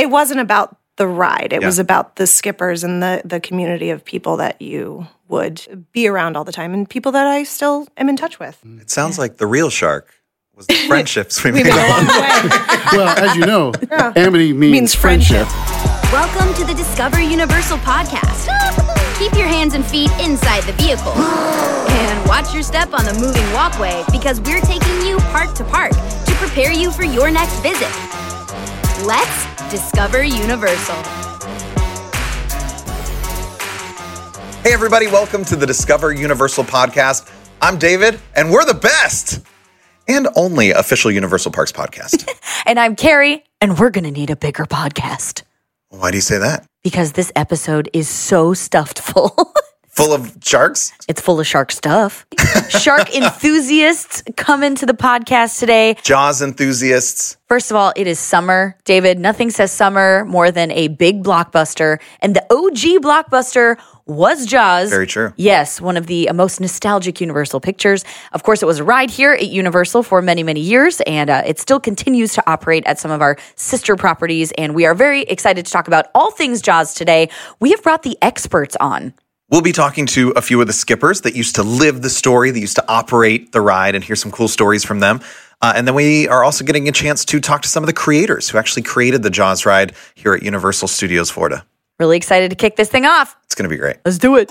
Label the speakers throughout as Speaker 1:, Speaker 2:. Speaker 1: wasn't about the ride. It
Speaker 2: Yeah.
Speaker 1: was about the skippers and the the community of people that you would be around all the time and people that I still am in touch with.
Speaker 2: It sounds like the real shark was the friendships we made.
Speaker 1: Along the way.
Speaker 3: well, as you know, amity means,
Speaker 1: Means
Speaker 3: friendship.
Speaker 4: Welcome to the Discover Universal podcast. Keep your hands and feet inside the vehicle. And watch your step on the moving walkway because we're taking you park to park to prepare you for your next visit. Let's discover Universal.
Speaker 2: Hey, everybody, welcome to the Discover Universal podcast. I'm David, and we're the best and only official Universal Parks podcast.
Speaker 5: And I'm Carrie, and we're going to need a bigger podcast
Speaker 2: Why do you say that?
Speaker 5: because this episode is so stuffed full.
Speaker 2: Full of sharks?
Speaker 5: it's full of shark stuff. shark enthusiasts come into the podcast today.
Speaker 2: Jaws enthusiasts?
Speaker 5: First of all, it is summer. David, nothing says summer more than a big blockbuster. And the OG blockbuster was Jaws.
Speaker 2: Very true.
Speaker 5: Yes, one of the most nostalgic Universal pictures. Of course, it was a ride here at Universal for many, many years, and uh, it still continues to operate at some of our sister properties. And we are very excited to talk about all things Jaws today. We have brought the experts on.
Speaker 2: We'll be talking to a few of the skippers that used to live the story, that used to operate the ride, and hear some cool stories from them. Uh, and then we are also getting a chance to talk to some of the creators who actually created the Jaws ride here at Universal Studios Florida.
Speaker 5: Really excited to kick this thing off.
Speaker 2: It's going to be great.
Speaker 5: Let's do it.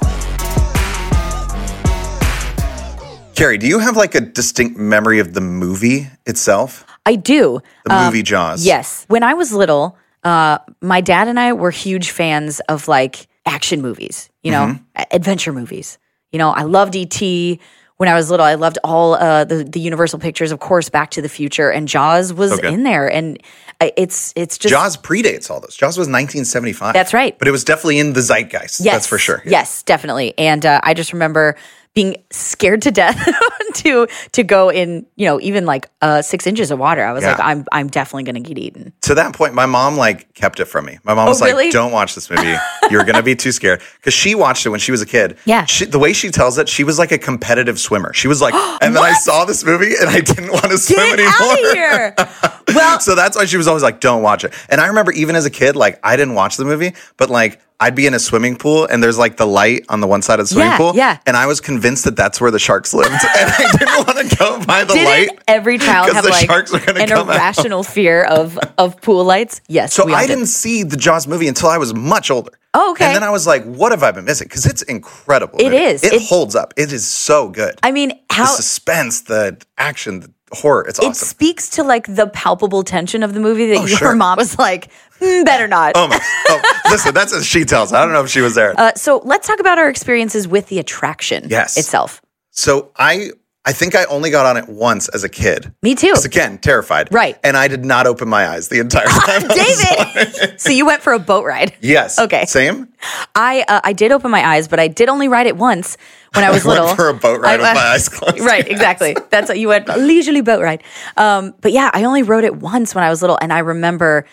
Speaker 2: Carrie, do you have like a distinct memory of the movie itself?
Speaker 5: I do.
Speaker 2: The movie Jaws?
Speaker 5: Um, Yes. When I was little, uh, my dad and I were huge fans of like action movies, you know,
Speaker 2: Mm-hmm.
Speaker 5: a- adventure movies. You know, I loved E.T. when I was little. I loved all uh, the, the Universal pictures, of course, Back to the Future, and Jaws was
Speaker 2: Okay.
Speaker 5: in there. And I- it's it's just.
Speaker 2: Jaws predates all those. Jaws was 1975.
Speaker 5: That's right.
Speaker 2: But it was definitely in the zeitgeist.
Speaker 5: Yes,
Speaker 2: That's for sure.
Speaker 5: Yes, definitely. And uh, I just remember being scared to death to to go in, you know, even like uh, six inches of water. I was
Speaker 2: Yeah.
Speaker 5: like, I'm I'm definitely gonna get eaten.
Speaker 2: To that point, my mom like kept it from me. My mom was
Speaker 5: Oh, really?
Speaker 2: like, "Don't watch this movie. You're gonna be too scared." Because she watched it when she was a kid.
Speaker 5: Yeah.
Speaker 2: She, the way she tells it, she was like a competitive swimmer. She was like, and then I saw this movie and I didn't want to swim
Speaker 5: Get
Speaker 2: anymore.
Speaker 5: out of here. Well,
Speaker 2: so that's why she was always like, "Don't watch it." And I remember even as a kid, like I didn't watch the movie, but like I'd be in a swimming pool and there's like the light on the one side of the swimming
Speaker 5: Yeah,
Speaker 2: pool,
Speaker 5: yeah.
Speaker 2: and I was convinced that that's where the sharks lived, and I didn't want to go by the
Speaker 5: Didn't
Speaker 2: light.
Speaker 5: every child
Speaker 2: 'Cause
Speaker 5: have
Speaker 2: the
Speaker 5: like
Speaker 2: sharks are gonna
Speaker 5: an
Speaker 2: come out.
Speaker 5: irrational fear of of pool lights? Yes.
Speaker 2: So
Speaker 5: we all
Speaker 2: I
Speaker 5: did.
Speaker 2: didn't see the Jaws movie until I was much older.
Speaker 5: Oh, okay.
Speaker 2: And then I was like, "What have I been missing?" Because it's incredible.
Speaker 5: It
Speaker 2: movie.
Speaker 5: is.
Speaker 2: It,
Speaker 5: It-
Speaker 2: holds up. It is so good.
Speaker 5: I mean,
Speaker 2: the
Speaker 5: how
Speaker 2: suspense, the action, the horror. It's
Speaker 5: it
Speaker 2: awesome. Oh,
Speaker 5: speaks to like the palpable tension of the movie that your
Speaker 2: sure.
Speaker 5: mom was like, "Hmm, better not.
Speaker 2: Almost. oh, listen, that's what she tells. I don't know if she was there.
Speaker 5: Uh, so let's talk about our experiences with the attraction
Speaker 2: Yes.
Speaker 5: itself.
Speaker 2: so I, I think I only got on it once as a kid.
Speaker 5: Me too.
Speaker 2: Because again, terrified.
Speaker 5: Right.
Speaker 2: And I did not open my eyes the entire time. I was on it.
Speaker 5: David, so you went for a boat ride.
Speaker 2: Yes.
Speaker 5: Okay.
Speaker 2: Same.
Speaker 5: I uh, I did open my eyes, but I did only ride it once when I was
Speaker 2: went
Speaker 5: little
Speaker 2: for a boat ride
Speaker 5: I-
Speaker 2: with
Speaker 5: I-
Speaker 2: my eyes closed.
Speaker 5: Right, exactly. That's what you went a leisurely boat ride. Um, but yeah, I only rode it once when I was little, and I remember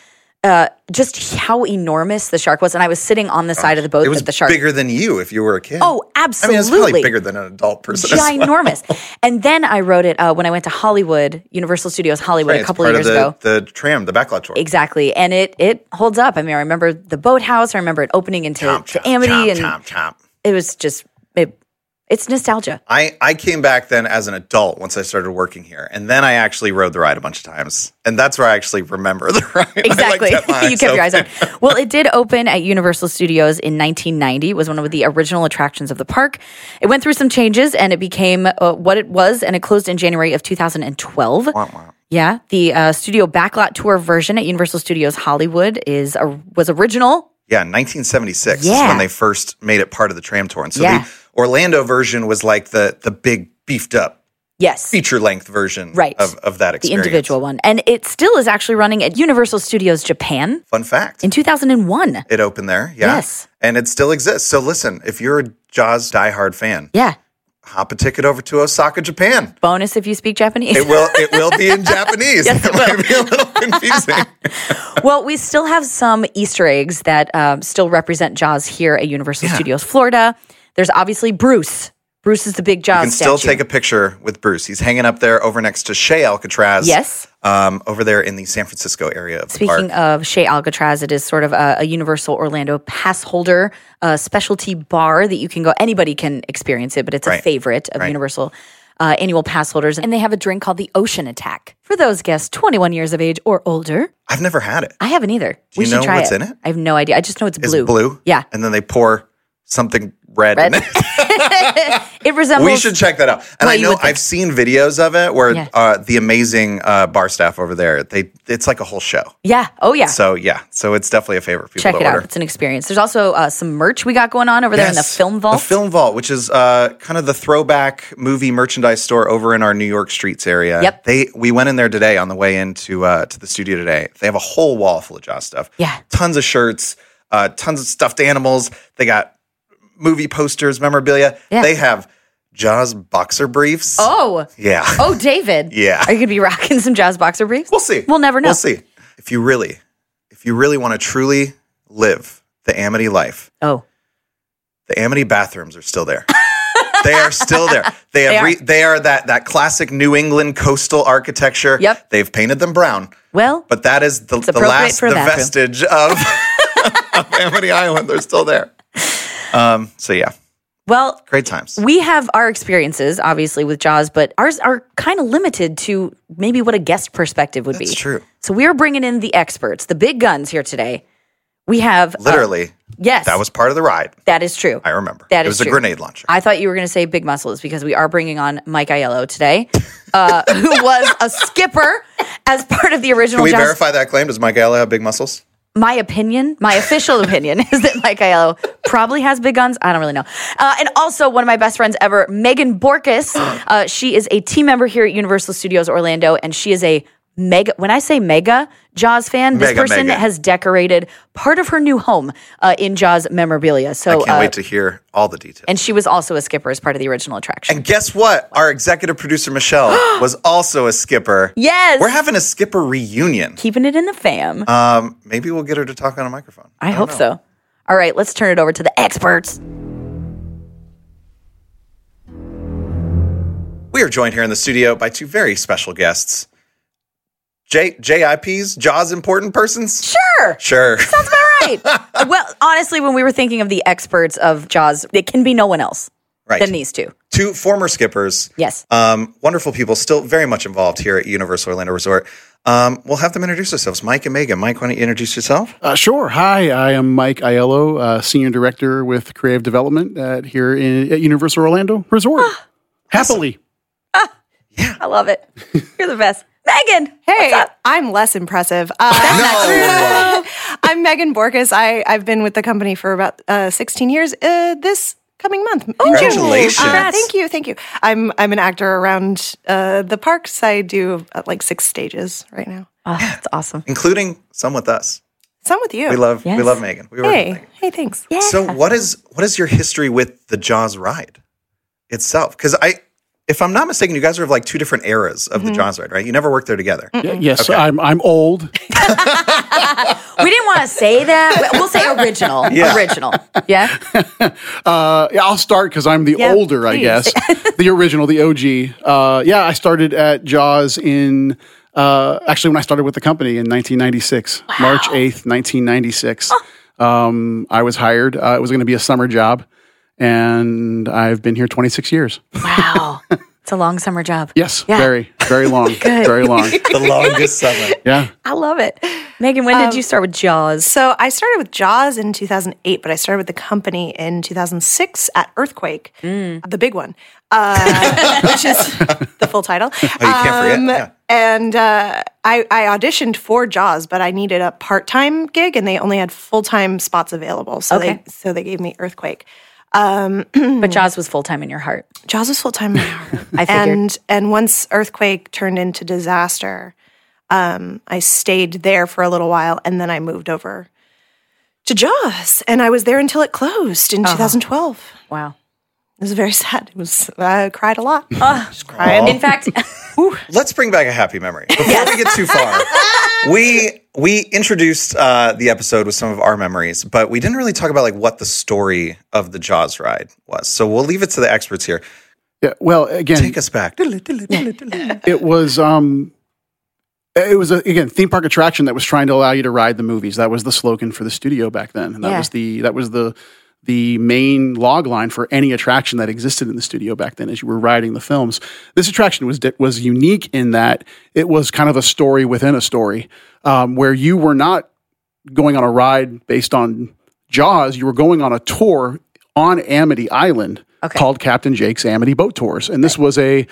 Speaker 5: uh, just how enormous the shark was, and I was sitting on the side of the boat
Speaker 2: It was
Speaker 5: that the shark
Speaker 2: bigger than you if you were a kid.
Speaker 5: Oh,
Speaker 2: I mean, it's probably
Speaker 5: absolutely.
Speaker 2: bigger than an adult person. as well.
Speaker 5: ginormous. and then I rode it uh, when I went to Hollywood, Universal Studios Hollywood,
Speaker 2: Right,
Speaker 5: a
Speaker 2: it's
Speaker 5: couple
Speaker 2: part
Speaker 5: of years
Speaker 2: of the,
Speaker 5: ago.
Speaker 2: The tram, the backlot tour.
Speaker 5: Exactly, and it it holds up. I mean, I remember the boathouse. I remember it opening into
Speaker 2: Chomp,
Speaker 5: to
Speaker 2: chomp,
Speaker 5: Amity,
Speaker 2: chomp,
Speaker 5: and
Speaker 2: chomp, chomp.
Speaker 5: it was just it, it's nostalgia.
Speaker 2: I, I came back then as an adult once I started working here. And then I actually rode the ride a bunch of times. And that's where I actually remember the ride. I, like,
Speaker 5: Exactly.
Speaker 2: kept my
Speaker 5: you kept your eyes
Speaker 2: open.
Speaker 5: open. Well, it did open at Universal Studios in 1990. It was one of the original attractions of the park. It went through some changes and it became uh, what it was, and it closed in January of 2012. Yeah, the uh, studio backlot tour version at Universal Studios Hollywood is a, was original.
Speaker 2: Yeah, 1976 is
Speaker 5: Yeah.
Speaker 2: when they first made it part of the tram tour. And so
Speaker 5: Yeah.
Speaker 2: the Orlando version was like the, the big beefed up
Speaker 5: Yes.
Speaker 2: feature length version
Speaker 5: Right.
Speaker 2: of, of that
Speaker 5: The
Speaker 2: experience.
Speaker 5: individual one. And it still is actually running at Universal Studios Japan
Speaker 2: Fun fact.
Speaker 5: in 2001.
Speaker 2: it opened there. Yeah.
Speaker 5: Yes.
Speaker 2: And it still exists. So listen, if you're a Jaws diehard fan,
Speaker 5: Yeah.
Speaker 2: hop a ticket over to Osaka, Japan.
Speaker 5: Bonus if you speak Japanese.
Speaker 2: It will. It will be in Japanese. it might be a little confusing.
Speaker 5: Well, we still have some Easter eggs that um, still represent Jaws here at Universal Studios Florida. There's obviously Bruce. Bruce is the big Jaws
Speaker 2: You can still
Speaker 5: statue.
Speaker 2: take a picture with Bruce. He's hanging up there over next to Shea Alcatraz.
Speaker 5: Yes.
Speaker 2: Um, over there in the San Francisco area of the
Speaker 5: Speaking
Speaker 2: park.
Speaker 5: of Shea Alcatraz, it is sort of a, a Universal Orlando pass holder uh, specialty bar that you can go. Anybody can experience it, but it's a
Speaker 2: Right.
Speaker 5: favorite of
Speaker 2: Right.
Speaker 5: Universal uh, annual pass holders. And they have a drink called the Ocean Attack for those guests 21 years of age or older.
Speaker 2: I've never had it.
Speaker 5: I haven't either.
Speaker 2: Do
Speaker 5: we
Speaker 2: you
Speaker 5: should
Speaker 2: know
Speaker 5: try
Speaker 2: what's
Speaker 5: it.
Speaker 2: in it?
Speaker 5: I have no idea. I just know it's
Speaker 2: It's
Speaker 5: blue.
Speaker 2: blue.
Speaker 5: Yeah.
Speaker 2: And then they pour something red,
Speaker 5: Red.
Speaker 2: in it.
Speaker 5: It resembles.
Speaker 2: we should check that out. And
Speaker 5: Well,
Speaker 2: I
Speaker 5: you
Speaker 2: know
Speaker 5: would think.
Speaker 2: I've seen videos of it where
Speaker 5: Yeah.
Speaker 2: uh, the amazing uh, bar staff over there, they it's like a whole show.
Speaker 5: Yeah. Oh, yeah.
Speaker 2: So yeah, so it's definitely a favorite. for People
Speaker 5: check
Speaker 2: to
Speaker 5: it out.
Speaker 2: order.
Speaker 5: It's an experience. There's also uh, some merch we got going on over there in the
Speaker 2: Yes.
Speaker 5: film vault.
Speaker 2: The film vault, which is uh, kind of the throwback movie merchandise store over in our New York streets area.
Speaker 5: Yep.
Speaker 2: They we went in there today on the way into uh, to the studio today. They have a whole wall full of Jaws stuff.
Speaker 5: Yeah.
Speaker 2: Tons of shirts, uh, tons of stuffed animals. They got movie posters, memorabilia.
Speaker 5: Yeah.
Speaker 2: They have Jaws boxer briefs.
Speaker 5: oh.
Speaker 2: Yeah.
Speaker 5: Oh, David.
Speaker 2: Yeah.
Speaker 5: Are you going to be rocking some Jazz Boxer briefs?
Speaker 2: We'll see.
Speaker 5: We'll never know.
Speaker 2: We'll see. If you really, if you really want to truly live the Amity life,
Speaker 5: Oh.
Speaker 2: the Amity bathrooms are still there. they are still there. They have they are,
Speaker 5: They are.
Speaker 2: re- they are that that classic New England coastal architecture.
Speaker 5: Yep.
Speaker 2: They've painted them brown,
Speaker 5: Well,
Speaker 2: but that is the, the
Speaker 5: appropriate
Speaker 2: last
Speaker 5: for a
Speaker 2: the
Speaker 5: bathroom.
Speaker 2: vestige of, of Amity Island. They're still there. Um. So yeah,
Speaker 5: well,
Speaker 2: great times.
Speaker 5: we have our experiences obviously with Jaws, but ours are kind of limited to maybe what a guest perspective would be.
Speaker 2: That's true.
Speaker 5: So we are bringing in the experts, the big guns here today. We have uh,
Speaker 2: Literally,
Speaker 5: yes,
Speaker 2: that was part of the ride.
Speaker 5: that is true.
Speaker 2: I remember.
Speaker 5: That
Speaker 2: it was
Speaker 5: is true.
Speaker 2: a grenade launcher.
Speaker 5: I thought you were going to say big muscles because we are bringing on Mike Aiello today, uh, who was a skipper as part of the original.
Speaker 2: Can we
Speaker 5: Jaws.
Speaker 2: verify that claim? Does Mike Ayala have big muscles?
Speaker 5: my opinion, my official opinion is that Mike Aiello probably has big guns. I don't really know. Uh, and also, one of my best friends ever, Megan Borkus. Uh, she is a team member here at Universal Studios Orlando, and she is a mega. When I say mega Jaws fan, this
Speaker 2: Mega,
Speaker 5: person
Speaker 2: mega.
Speaker 5: has decorated part of her new home uh, in Jaws memorabilia. So,
Speaker 2: I can't
Speaker 5: uh,
Speaker 2: wait to hear all the details.
Speaker 5: and she was also a skipper as part of the original attraction.
Speaker 2: And guess what? Our executive producer Michelle was also a skipper.
Speaker 5: Yes.
Speaker 2: we're having a skipper reunion.
Speaker 5: Keeping it in the fam.
Speaker 2: Um, maybe we'll get her to talk on a microphone.
Speaker 5: I hope so. All right, let's turn it over to the experts.
Speaker 2: We are joined here in the studio by two very special guests. J JIPs, Jaws important persons.
Speaker 5: Sure.
Speaker 2: Sure.
Speaker 5: That's about right. well, honestly, when we were thinking of the experts of Jaws, it can be no one else
Speaker 2: Right.
Speaker 5: than these two.
Speaker 2: Two former skippers.
Speaker 5: Yes.
Speaker 2: Um, wonderful people, still very much involved here at Universal Orlando Resort. Um, we'll have them introduce themselves. Mike and Megan. Mike, why don't you introduce yourself?
Speaker 3: Uh, sure. Hi, I am Mike Aiello, uh, Senior Director with Creative Development at, here in, at Universal Orlando Resort.
Speaker 1: Ah.
Speaker 3: Happily.
Speaker 5: I love it. You're the best. Megan, hey. What's up?
Speaker 1: I'm less impressive. Uh, I'm Megan Borkus. I, I've been with the company for about uh, 16 years uh, this coming month. in June.
Speaker 2: Congratulations.
Speaker 1: Uh, thank you. Thank you. I'm, I'm an actor around uh, the parks. I do uh, like six stages right now.
Speaker 5: Oh, that's awesome.
Speaker 2: Including some with us.
Speaker 1: Some with you.
Speaker 2: We love
Speaker 5: Yes.
Speaker 2: we love Megan. We work with Megan.
Speaker 1: hey, hey, thanks. Yeah.
Speaker 2: So what is what is your history with the Jaws ride itself? Because I, if I'm not mistaken, you guys are of like two different eras of
Speaker 1: Mm-hmm.
Speaker 2: the Jaws ride, right? You never worked there together.
Speaker 1: Mm.
Speaker 3: Y- Yes, I'm, I'm old.
Speaker 5: We didn't want to say that. We'll say original.
Speaker 2: Yeah.
Speaker 5: Original. Yeah.
Speaker 3: Uh, yeah, I'll start because I'm the
Speaker 1: Yeah,
Speaker 3: older, I
Speaker 1: please.
Speaker 3: guess. the original, the OG. Uh, yeah, I started at Jaws in, uh, actually, when I started with the company in 1996, March 8th, 1996.
Speaker 1: Oh.
Speaker 3: Um, I was hired. Uh, it was going to be a summer job, and I've been here 26 years.
Speaker 5: Wow. It's a long summer job.
Speaker 3: Yes,
Speaker 5: Yeah.
Speaker 3: very, very long. Very long.
Speaker 2: The longest summer.
Speaker 3: Yeah.
Speaker 5: I love it. Megan, when did you start with Jaws?
Speaker 1: So I started with Jaws in 2008, but I started with the company in 2006 at Earthquake, the big one, uh, which is the full title.
Speaker 2: Oh, you can't forget,
Speaker 1: Um,
Speaker 2: yeah.
Speaker 1: And uh, I, I auditioned for Jaws, but I needed a part time gig, and they only had full time spots available. So
Speaker 5: Okay.
Speaker 1: they so they gave me Earthquake.
Speaker 5: But Jaws was full time in your heart.
Speaker 1: Jaws was full time.
Speaker 5: I figured.
Speaker 1: and and once earthquake turned into disaster um, i stayed there for a little while and then i moved over to jaws and i was there until it closed in 2012
Speaker 5: wow.
Speaker 1: It was very sad. It was I cried a lot.
Speaker 5: Uh-huh.
Speaker 1: Just cried.
Speaker 5: In fact,
Speaker 2: Let's bring back a happy memory before we get too far. we we introduced uh, the episode with some of our memories, but we didn't really talk about like what the story of the Jaws ride was. So we'll leave it to the experts here.
Speaker 3: Yeah. Well, again,
Speaker 2: Take us back.
Speaker 3: it was um it was a, again theme park attraction that was trying to allow you to ride the movies that was the slogan for the studio back then and that
Speaker 5: Yeah.
Speaker 3: was the that was the the main log line for any attraction that existed in the studio back then as you were riding the films this attraction was di- was unique in that it was kind of a story within a story um, where you were not going on a ride based on Jaws, you were going on a tour on Amity Island called Captain Jake's Amity Boat Tours. And this was a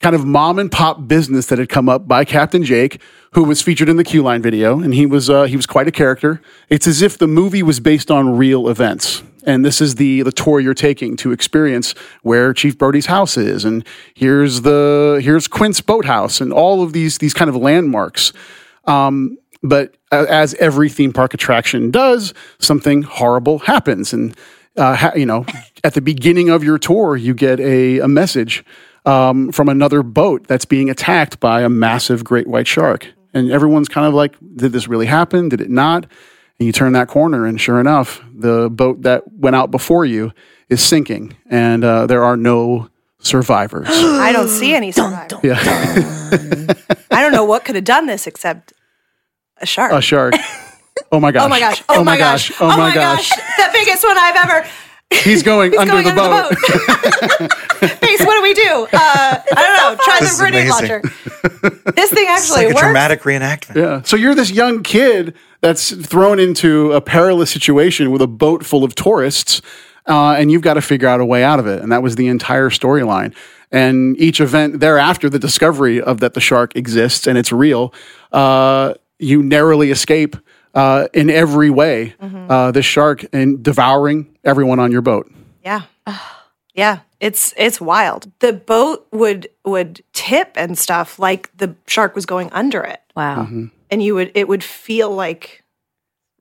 Speaker 3: kind of mom and pop business that had come up by Captain Jake, who was featured in the Q Line video. And he was, uh, he was quite a character. It's as if the movie was based on real events. And this is the, the tour you're taking to experience where Chief Brody's house is. And here's the, here's Quint's boathouse and all of these, these kind of landmarks but a- as every theme park attraction does, something horrible happens. And, uh, ha- you know, at the beginning of your tour, you get a, a message um, from another boat that's being attacked by a massive great white shark. And everyone's kind of like, did this really happen? Did it not? And you turn that corner, and sure enough, the boat that went out before you is sinking, and uh, there are no survivors.
Speaker 1: I don't see any survivors.
Speaker 3: yeah,
Speaker 1: I don't know what could have done this except a shark.
Speaker 3: a shark. Oh my gosh.
Speaker 1: oh my gosh. Oh, my gosh.
Speaker 3: Oh, my gosh.
Speaker 1: The biggest one I've ever.
Speaker 3: He's going under
Speaker 1: going
Speaker 3: the boat.
Speaker 1: under the boat. Base, what do we do? Uh, I don't know. Try
Speaker 2: This is
Speaker 1: the grenade
Speaker 2: amazing.
Speaker 1: launcher. This thing
Speaker 2: It's like
Speaker 1: actually
Speaker 2: a
Speaker 1: works.
Speaker 2: dramatic reenactment.
Speaker 3: Yeah. So you're this young kid that's thrown into a perilous situation with a boat full of tourists, uh, and you've got to figure out a way out of it. And that was the entire storyline. And each event thereafter, the discovery of that the shark exists and it's real, uh, you narrowly escape uh, in every way uh, this shark and devouring everyone on your boat.
Speaker 1: Yeah. Yeah, it's it's wild. The boat would would tip and stuff like the shark was going under it.
Speaker 5: wow,
Speaker 1: And you would it would feel like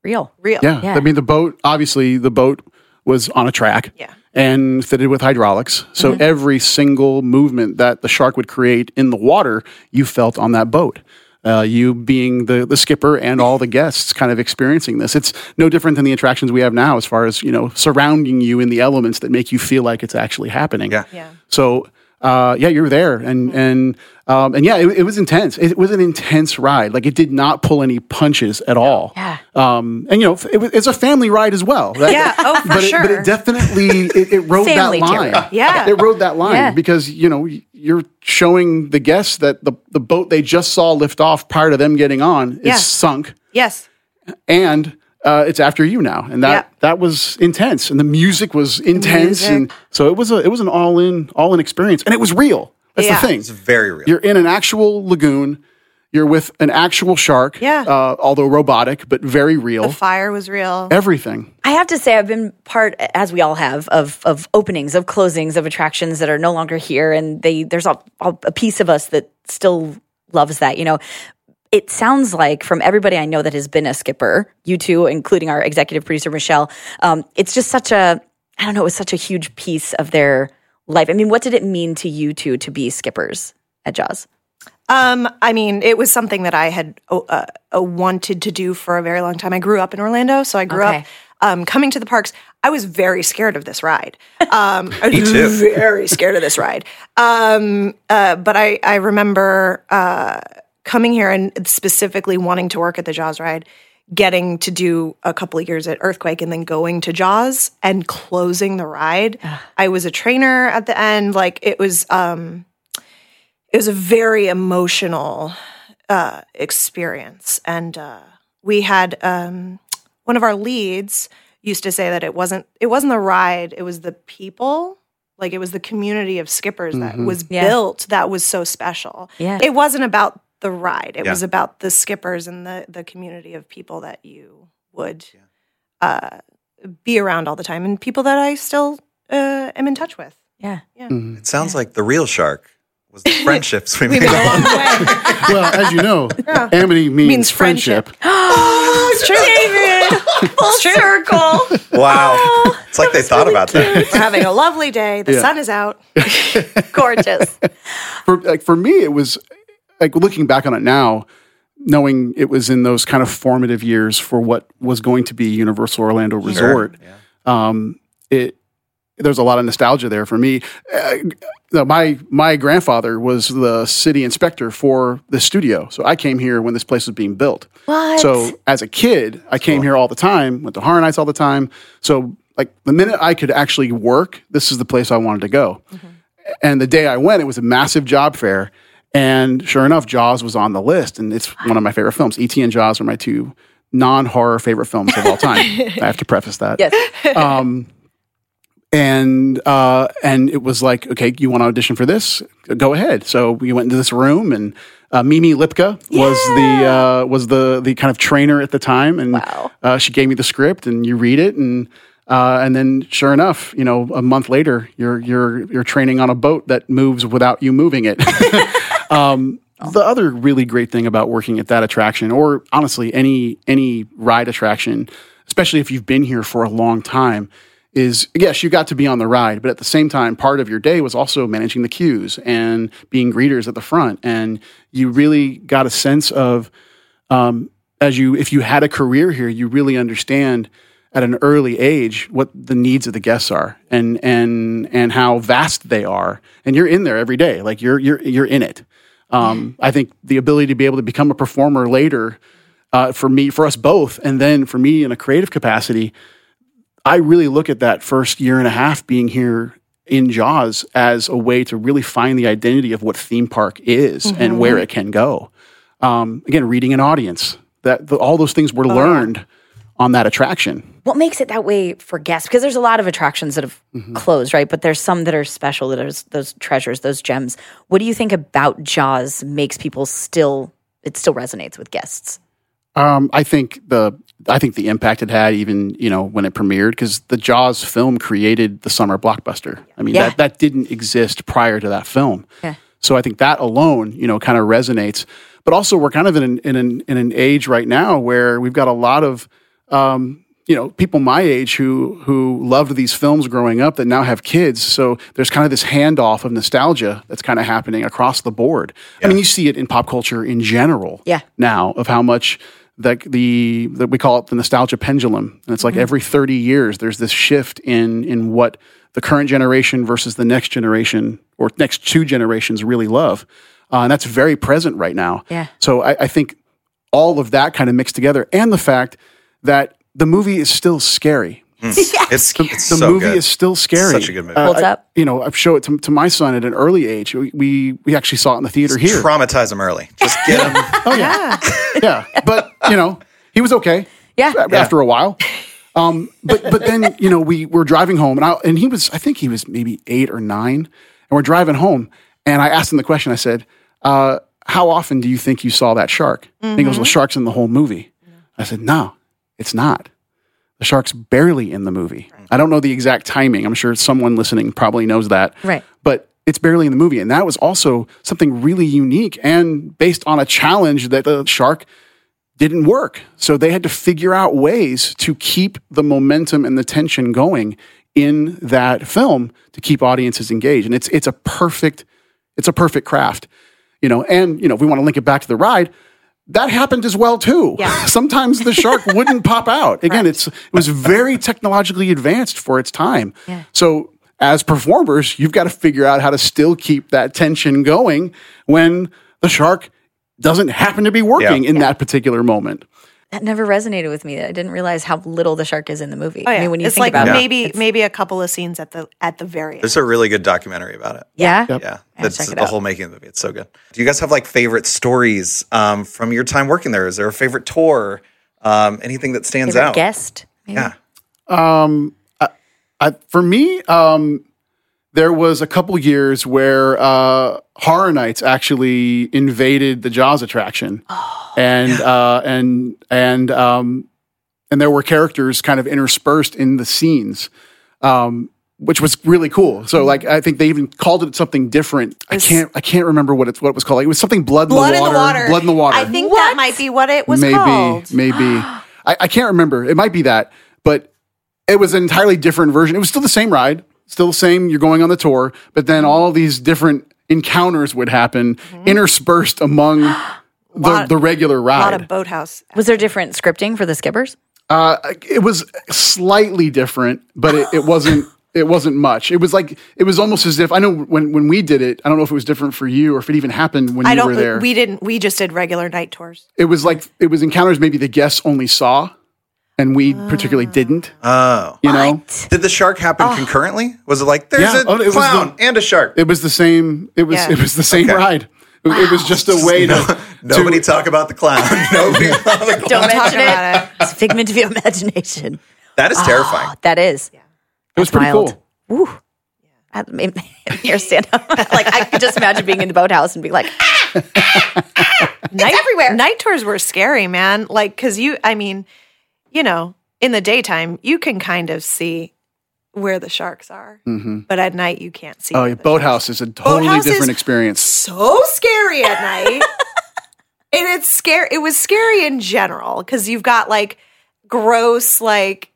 Speaker 5: real.
Speaker 1: real.
Speaker 3: Yeah.
Speaker 5: Yeah.
Speaker 3: I mean, the boat, obviously, the boat was on a track
Speaker 1: Yeah.
Speaker 3: and fitted with hydraulics. So every single movement that the shark would create in the water, you felt on that boat. Uh, you being the, the skipper and all the guests kind of experiencing this. It's no different than the attractions we have now as far as, you know, surrounding you in the elements that make you feel like it's actually happening.
Speaker 2: Yeah.
Speaker 1: Yeah.
Speaker 3: So uh, yeah, you were there, and and um, and yeah, it, it was intense. It was an intense ride. Like it did not pull any punches at all.
Speaker 5: Yeah.
Speaker 3: Um, and you know, it was, it's a family ride as well. That-
Speaker 1: Yeah, oh, for
Speaker 3: but It, but
Speaker 1: sure.
Speaker 3: it definitely it, it rode that
Speaker 5: Family
Speaker 3: line.
Speaker 5: terror.
Speaker 1: Yeah.
Speaker 3: It rode that line
Speaker 5: Yeah.
Speaker 3: because you know you're showing the guests that the the boat they just saw lift off prior to them getting on
Speaker 1: Yeah.
Speaker 3: is sunk
Speaker 1: Yes.
Speaker 3: and uh, it's after you now, and that
Speaker 1: Yeah.
Speaker 3: that was intense, and the music was intense, and so it was a it was an all in all in experience, and it was real. That's
Speaker 1: Yeah.
Speaker 3: the thing.
Speaker 2: It's very real.
Speaker 3: You're in an actual lagoon. You're with an actual shark.
Speaker 1: Yeah.
Speaker 3: Uh, although robotic, but very real.
Speaker 1: The fire was real.
Speaker 3: Everything.
Speaker 5: I have to say, I've been part, as we all have, of of openings, of closings, of attractions that are no longer here, and they there's a, a piece of us that still loves that. You know, it sounds like from everybody I know that has been a skipper, you two, including our executive producer Michelle, um, it's just such a I don't know, it was such a huge piece of their life. I mean, what did it mean to you two to be skippers at Jaws?
Speaker 1: Um, I mean, it was something that I had uh, uh, wanted to do for a very long time. I grew up in Orlando, so I grew
Speaker 5: Okay.
Speaker 1: up um, coming to the parks. I was very scared of this ride. Um, I was
Speaker 2: too.
Speaker 1: very scared of this ride. Um, uh, but I, I remember uh, coming here and specifically wanting to work at the Jaws ride, getting to do a couple of years at Earthquake, and then going to Jaws and closing the ride. I was a trainer at the end. Like it was. Um, it was a very emotional uh, experience and uh, we had um, one of our leads used to say that it wasn't it wasn't the ride it was the people like it was the community of skippers that was
Speaker 5: Yeah.
Speaker 1: built that was so special
Speaker 5: Yeah.
Speaker 1: it wasn't about the ride it
Speaker 2: Yeah.
Speaker 1: was about the skippers and the the community of people that you would uh, be around all the time and people that i still uh, am in touch with
Speaker 5: Yeah,
Speaker 2: It sounds like the real shark was the friendships we made.
Speaker 1: along the way
Speaker 3: well, as you know, amity means,
Speaker 1: Means friendship.
Speaker 3: friendship.
Speaker 1: It's true. Oh, David.
Speaker 5: Full circle.
Speaker 2: Wow. it's like they thought about that.
Speaker 1: We're having a lovely day. The sun is out.
Speaker 5: Gorgeous.
Speaker 3: for like for me it was like looking back on it now knowing it was in those kind of formative years for what was going to be universal orlando resort um, it there's a lot of nostalgia there for me Uh, no, my my grandfather was the city inspector for the studio so i came here when this place was being built
Speaker 5: What?
Speaker 3: so as a kid i came here all the time went to horror nights all the time so like the minute i could actually work this is the place i wanted to go and the day I went, it was a massive job fair. And sure enough, Jaws was on the list. And it's one of my favorite films. E.T. and Jaws are my two non horror favorite films of all time. I have to preface that.
Speaker 5: Yes.
Speaker 3: And uh, and it was like, okay, you want to audition for this? Go ahead. So we went into this room, and uh, Mimi Lipka was the uh, was the the kind of trainer at the time, and
Speaker 5: Wow.
Speaker 3: uh, she gave me the script, and you read it, and uh, and then sure enough, you know, a month later, you're you're you're training on a boat that moves without you moving it. The other really great thing about working at that attraction, or honestly any any ride attraction, especially if you've been here for a long time, is yes, you got to be on the ride, but at the same time, part of your day was also managing the queues and being greeters at the front, and you really got a sense of um, as you if you had a career here, you really understand at an early age what the needs of the guests are and and and how vast they are, and you're in there every day, like you're you're you're in it. Um, I think the ability to be able to become a performer later, uh, for me, for us both, and then for me in a creative capacity, I really look at that first year and a half being here in Jaws as a way to really find the identity of what theme park is and where it can go. Um, again, reading an audience that the, all those things were learned on that attraction.
Speaker 5: what makes it that way for guests? Because there's a lot of attractions that have
Speaker 2: Mm-hmm.
Speaker 5: closed, right? But there's some that are special, that are those treasures, those gems. What do you think about Jaws makes people still, it still resonates with guests?
Speaker 3: Um, I think the I think the impact it had, even you know when it premiered, because the Jaws film created the summer blockbuster. I mean
Speaker 5: Yeah.
Speaker 3: that that didn't exist prior to that film.
Speaker 5: Yeah.
Speaker 3: So I think that alone, you know, kind of resonates. But also, we're kind of in an, in an in an age right now where we've got a lot of um, you know people my age who who loved these films growing up that now have kids. So there's kind of this handoff of nostalgia that's kind of happening across the board. I mean, you see it in pop culture in general
Speaker 5: Yeah.
Speaker 3: now of how much like the that we call it the nostalgia pendulum and it's like every 30 years there's this shift in in what the current generation versus the next generation or next two generations really love uh, and that's very present right now
Speaker 5: Yeah.
Speaker 3: so I, I think all of that kind of mixed together and the fact that the movie is still scary
Speaker 2: It's, Mm. it's
Speaker 3: the
Speaker 2: so
Speaker 3: movie
Speaker 2: good.
Speaker 3: is still scary
Speaker 2: Such a good movie.
Speaker 3: Uh,
Speaker 5: Holds
Speaker 3: I-
Speaker 5: up.
Speaker 3: you know i show it to, to my son at an early age we we, we actually saw it in the theater here
Speaker 2: Traumatize them early. Just get them.
Speaker 3: Oh yeah. yeah, But you know, he was okay.
Speaker 5: Yeah.
Speaker 3: a- After a while. Um, but but then you know we were driving home and I and he was I think he was maybe eight or nine and we're driving home and I asked him the question I said uh, how often do you think you saw that shark And
Speaker 5: Mm-hmm.
Speaker 3: he goes well sharks in the whole movie I said no it's not the shark's barely in the movie I don't know the exact timing I'm sure someone listening probably knows that
Speaker 5: Right.
Speaker 3: but it's barely in the movie. And that was also something really unique and based on a challenge that the shark didn't work. So they had to figure out ways to keep the momentum and the tension going in that film to keep audiences engaged. And it's it's a perfect it's a perfect craft. You know, and you know, if we want to link it back to the ride, that happened as well too. Sometimes the shark wouldn't pop out. Again, it's it was very technologically advanced for its time. So as performers, you've got to figure out how to still keep that tension going when the shark doesn't happen to be working
Speaker 2: Yeah.
Speaker 3: in that particular moment.
Speaker 5: That never resonated with me. I didn't realize how little the shark is in the movie.
Speaker 1: Oh, yeah.
Speaker 5: I mean, when you
Speaker 1: it's
Speaker 5: think
Speaker 1: like
Speaker 5: about it.
Speaker 1: maybe maybe a couple of scenes at the at the very end.
Speaker 2: There's a really good documentary about it.
Speaker 5: Yeah.
Speaker 2: Yeah,
Speaker 5: Yeah,
Speaker 2: that's
Speaker 5: check it
Speaker 2: the
Speaker 5: out.
Speaker 2: whole making of the movie. It's so good. Do you guys have like favorite stories um, from your time working there? Is there a favorite tour? Um, anything that stands
Speaker 5: Favorite
Speaker 2: out?
Speaker 5: guest? Maybe?
Speaker 2: Yeah,
Speaker 3: I, for me, um, there was a couple years where uh, Horror Nights actually invaded the Jaws attraction, and uh, and and um, and there were characters kind of interspersed in the scenes. Um, which was really cool. So, like, I think they even called it something different. I can't, I can't remember what it's what it was called. Like, it was something blood, in the water, blood in the water.
Speaker 1: I think that might be what it was
Speaker 3: maybe,
Speaker 1: called.
Speaker 3: maybe. I, I can't remember. It might be that, but it was an entirely different version. It was still the same ride, still the same. You're going on the tour, but then all these different encounters would happen, interspersed among the,
Speaker 1: Mm-hmm. Lot-
Speaker 3: the regular
Speaker 1: A lot
Speaker 3: ride.
Speaker 1: of boathouse.
Speaker 5: Was there different scripting for the skippers?
Speaker 3: Uh, it was slightly different, but it, it wasn't. It wasn't much. It was like it was almost as if I know when when we did it. I don't know if it was different for you or if it even happened when
Speaker 1: I
Speaker 3: you
Speaker 1: don't.
Speaker 3: were there.
Speaker 1: We didn't. We just did regular night tours.
Speaker 3: it was like it was encounters maybe the guests only saw, and we particularly didn't.
Speaker 2: Oh.
Speaker 3: You know,
Speaker 2: Did the shark happen
Speaker 5: Oh.
Speaker 2: concurrently? Was it like there's
Speaker 3: Yeah.
Speaker 2: a
Speaker 3: Oh, it was
Speaker 2: clown
Speaker 3: the-
Speaker 2: and a shark?
Speaker 3: it was the same. It was
Speaker 1: Yeah.
Speaker 3: it was the same ride. It, it was just a way to.
Speaker 2: Nobody talk about the clown. Nobody.
Speaker 5: Don't
Speaker 1: Talking about it.
Speaker 5: It's a figment of your imagination. Ah,
Speaker 2: that is terrifying.
Speaker 5: That is.
Speaker 3: It was pretty
Speaker 5: wild.
Speaker 3: cool.
Speaker 5: Woo. I made me understand. like I could just imagine being in the boathouse and being like, "Ah!"
Speaker 1: night, everywhere. Night tours were scary, man. Like, cause you, I mean, you know, in the daytime, you can kind of see where the sharks are, but at night, you can't see.
Speaker 3: Mm-hmm. Oh,
Speaker 1: where
Speaker 3: yeah,
Speaker 1: the
Speaker 3: boathouse is a totally
Speaker 1: Boathouse is-
Speaker 3: different experience.
Speaker 1: so scary at night. and it's scary. It was scary in general because you've got like gross, like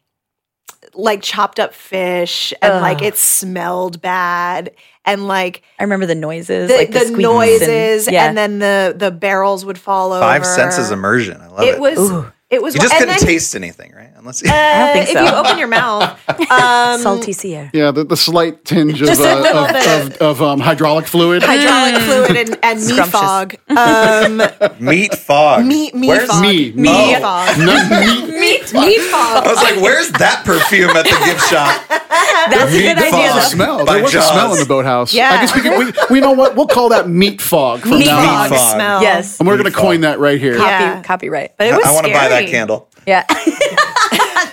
Speaker 1: like chopped up fish, and like it smelled bad, and like
Speaker 5: I remember the noises,
Speaker 1: the,
Speaker 5: like the,
Speaker 1: the,
Speaker 5: squeaks
Speaker 1: noises, and,
Speaker 5: yeah.
Speaker 1: then the the barrels would fall over.
Speaker 2: Five senses immersion. I love it.
Speaker 1: It was. It was.
Speaker 2: you just
Speaker 1: and
Speaker 2: couldn't
Speaker 1: then,
Speaker 2: taste anything, right? Unless you,
Speaker 1: uh,
Speaker 5: think
Speaker 1: If
Speaker 5: so.
Speaker 1: you open your mouth, um,
Speaker 5: salty sea air.
Speaker 3: Yeah, the, the slight tinge of,
Speaker 1: Just a little
Speaker 3: uh, of, of,
Speaker 1: bit.
Speaker 3: of um, hydraulic fluid.
Speaker 1: hydraulic fluid and, and meat
Speaker 5: Mm. Scrumptious.
Speaker 1: fog. Um,
Speaker 2: meat fog.
Speaker 1: meat, meat
Speaker 2: Where's-
Speaker 1: fog.
Speaker 3: me?
Speaker 1: Meat
Speaker 2: Oh.
Speaker 1: fog.
Speaker 3: None- me-
Speaker 1: meat, meat
Speaker 2: I
Speaker 1: fog.
Speaker 2: was like, where's that perfume at the gift shop?
Speaker 5: That's a
Speaker 2: Meat
Speaker 5: good
Speaker 2: fog.
Speaker 5: idea.
Speaker 3: the
Speaker 5: Though.
Speaker 3: smell.
Speaker 2: By
Speaker 3: There was
Speaker 2: Jaws.
Speaker 3: a smell in the boathouse.
Speaker 1: Yeah.
Speaker 3: I guess we, could, we, we know what we'll call that meat fog from
Speaker 1: Meat
Speaker 3: now
Speaker 1: fog,
Speaker 3: on.
Speaker 2: fog.
Speaker 1: smell.
Speaker 5: Yes.
Speaker 3: And we're going to coin that right here.
Speaker 5: Copy,
Speaker 1: Yeah.
Speaker 5: Copyright.
Speaker 1: But it was
Speaker 2: I want to buy that
Speaker 1: scary.
Speaker 2: candle.
Speaker 5: Yeah.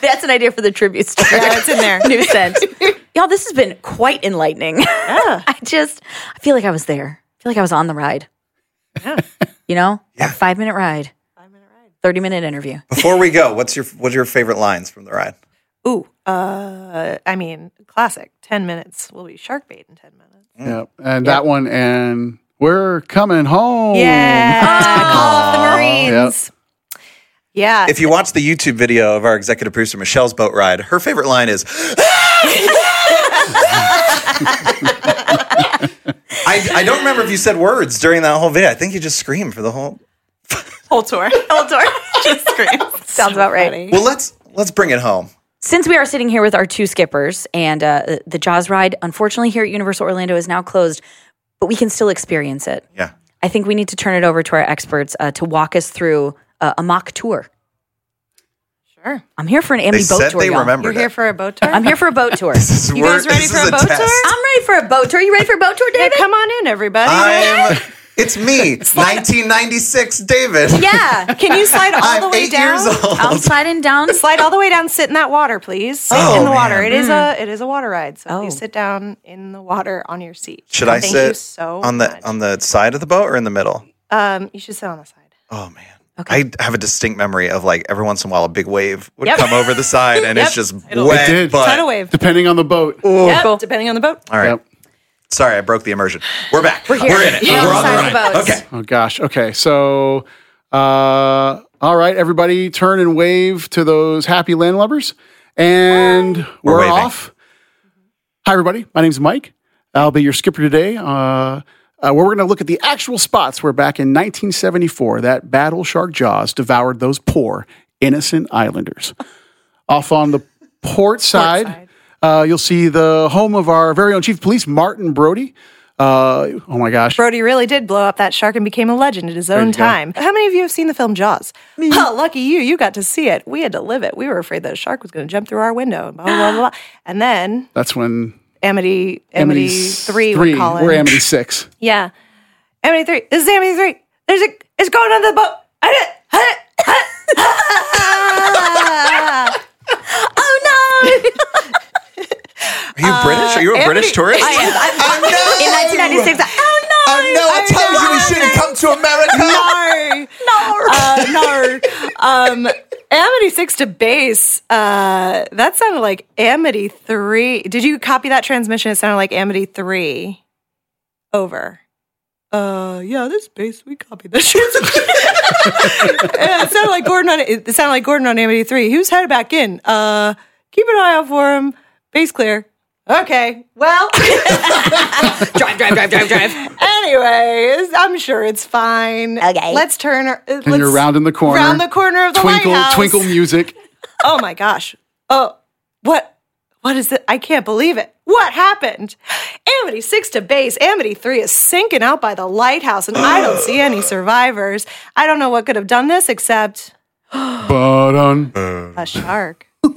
Speaker 5: That's an idea for the tribute story.
Speaker 1: Yeah, it's in there.
Speaker 5: New sense. Y'all, this has been quite enlightening. I just, I feel like I was there. I feel like I was on the ride. You know, that five minute ride. Five minute ride. 30 minute interview.
Speaker 2: Before we go, what's your what's your favorite lines from the ride?
Speaker 1: Ooh, uh, I mean, classic. Ten minutes will be shark bait in ten minutes.
Speaker 3: Yeah. And that one, and we're coming home.
Speaker 1: call off the Marines. Oh. Yeah,
Speaker 2: If you watch the YouTube video of our executive producer Michelle's boat ride, her favorite line is "Ah!" I, I don't remember if you said words during that whole video. I think you just screamed for the whole
Speaker 1: whole tour, whole tour, just screams.
Speaker 5: Sounds about right.
Speaker 2: Well, let's let's bring it home.
Speaker 5: Since we are sitting here with our two skippers and uh, the Jaws ride, unfortunately, here at Universal Orlando is now closed, but we can still experience it.
Speaker 2: Yeah.
Speaker 5: I think we need to turn it over to our experts uh, to walk us through uh, a mock tour.
Speaker 1: Sure,
Speaker 5: I'm here for an
Speaker 2: They
Speaker 5: Amity boat
Speaker 2: said
Speaker 5: tour.
Speaker 2: they
Speaker 5: y'all.
Speaker 2: remembered
Speaker 1: you're here
Speaker 2: it.
Speaker 1: for a boat tour.
Speaker 5: I'm here for a boat tour.
Speaker 2: This is
Speaker 1: You guys
Speaker 2: wor-
Speaker 1: ready
Speaker 2: this
Speaker 1: for
Speaker 2: is
Speaker 1: a boat tour?
Speaker 2: test.
Speaker 5: I'm ready for a boat tour. You ready for a boat tour,
Speaker 1: Yeah,
Speaker 5: David?
Speaker 1: come on in, everybody.
Speaker 2: I'm it's me, 1996 David.
Speaker 5: Yeah.
Speaker 1: Can you slide all
Speaker 2: I'm
Speaker 1: the way
Speaker 2: eight
Speaker 1: down?
Speaker 2: years old.
Speaker 5: I'm sliding down.
Speaker 1: Slide all the way down. Sit in that water, please. Sit
Speaker 2: Oh,
Speaker 1: in the water.
Speaker 2: man.
Speaker 1: It is a it is a water ride. So if
Speaker 5: Oh.
Speaker 1: you sit down in the water on your seat.
Speaker 2: Should I
Speaker 1: Thank
Speaker 2: sit
Speaker 1: you so
Speaker 2: on the
Speaker 1: much.
Speaker 2: on the side of the boat or in the middle?
Speaker 1: Um, you should sit on the side.
Speaker 2: Oh man. I have a distinct memory of like every once in a while a big wave would
Speaker 1: Yep.
Speaker 2: come over the side and it's
Speaker 1: Yep.
Speaker 2: just
Speaker 1: It'll-
Speaker 2: wet.
Speaker 3: It did.
Speaker 2: But,
Speaker 1: Tidal wave.
Speaker 3: Depending on the boat.
Speaker 1: Yep, Depending on the boat.
Speaker 2: All right.
Speaker 3: Yep.
Speaker 2: Sorry, I broke the immersion. We're back. We're,
Speaker 5: here.
Speaker 2: in it.
Speaker 1: Yeah,
Speaker 2: We're on the
Speaker 1: besides
Speaker 2: ride.
Speaker 1: the boats.
Speaker 2: Okay.
Speaker 3: Oh gosh. Okay. So, uh, all right, everybody, turn and wave to those happy landlubbers, and we're,
Speaker 2: waving.
Speaker 3: off. Hi, everybody. My name's Mike. I'll be your skipper today. Uh, uh, where we're going to look at the actual spots where back in 1974 that battle shark Jaws devoured those poor innocent islanders. Off on the port side, Uh, you'll see the home of our very own chief of police, Martin Brody. Uh, oh my gosh.
Speaker 1: Brody really did blow up that shark and became a legend at his own time. How many of you have seen the film Jaws? Huh, lucky you, you got to see it. We had to live it. We were afraid that a shark was going to jump through our window and blah, blah, blah, blah. And then
Speaker 3: That's when
Speaker 1: Amity, Amity, 3, we call it.
Speaker 3: We're Amity six.
Speaker 1: Yeah. Amity 3. This is Amity 3. There's a, it's going on the boat. oh no!
Speaker 2: Are you British? Are you a British tourist?
Speaker 1: Uh, I am. I'm-
Speaker 2: Oh, no.
Speaker 5: In 1996, oh no!
Speaker 2: Oh, no. I told you we shouldn't come to America.
Speaker 1: no, no, uh, no. Um, Amity six to base. Uh, that sounded like Amity three. Did you copy that transmission? It sounded like Amity three. Over. uh, yeah, this base, we copied that shit. yeah, it sounded like Gordon on it sounded like Gordon on Amity Three. He was headed back in. Uh, keep an eye out for him. Base clear. Okay. Well,
Speaker 5: drive, drive, drive, drive, drive.
Speaker 1: anyway, it's- I'm sure it's fine.
Speaker 5: Okay.
Speaker 1: Let's turn. our- uh,
Speaker 3: And
Speaker 1: let's
Speaker 3: you're rounding the corner.
Speaker 1: Round the corner of the
Speaker 3: twinkle,
Speaker 1: lighthouse.
Speaker 3: twinkle music.
Speaker 1: Oh my gosh. Oh, what? What is it? I can't believe it. What happened? Amity 6 to base. Amity 3 is sinking out by the lighthouse, and I don't see any survivors. I don't know what could have done this except
Speaker 3: But on
Speaker 1: a shark.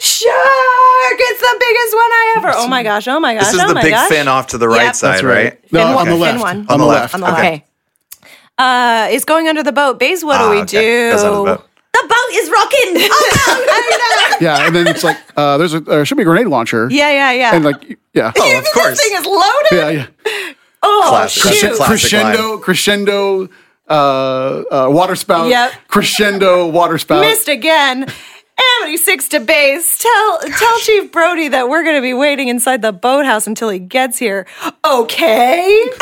Speaker 1: shark! It's the biggest one I ever. Oh my gosh. Oh my gosh.
Speaker 2: This is
Speaker 1: oh
Speaker 2: the
Speaker 1: my
Speaker 2: big
Speaker 1: gosh.
Speaker 2: fin off to the right
Speaker 1: Yep. That's
Speaker 2: side, right?
Speaker 3: no,
Speaker 1: Fin
Speaker 3: on
Speaker 1: one,
Speaker 3: the
Speaker 1: fin
Speaker 3: left.
Speaker 1: one.
Speaker 2: On the left.
Speaker 1: On the
Speaker 2: okay.
Speaker 1: left.
Speaker 5: Okay.
Speaker 1: Uh, it's going under the boat. Base, what do
Speaker 2: Ah,
Speaker 1: we
Speaker 2: okay.
Speaker 1: do?
Speaker 2: Goes under the boat.
Speaker 5: The boat is rocking.
Speaker 1: I know.
Speaker 3: Yeah, and then it's like uh, there's a there should be a grenade launcher.
Speaker 1: Yeah, yeah, yeah.
Speaker 3: and like yeah,
Speaker 2: Oh, of
Speaker 1: This
Speaker 2: course.
Speaker 1: thing is loaded.
Speaker 3: yeah, yeah.
Speaker 1: Oh,
Speaker 2: Classic.
Speaker 1: shoot.
Speaker 2: Classic.
Speaker 3: crescendo,
Speaker 2: line.
Speaker 3: crescendo, uh, uh, water spout.
Speaker 1: Yep.
Speaker 3: Crescendo, water spout.
Speaker 1: missed again. Amity six to base. Tell tell Chief Brody that we're gonna be waiting inside the boathouse until he gets here. Okay.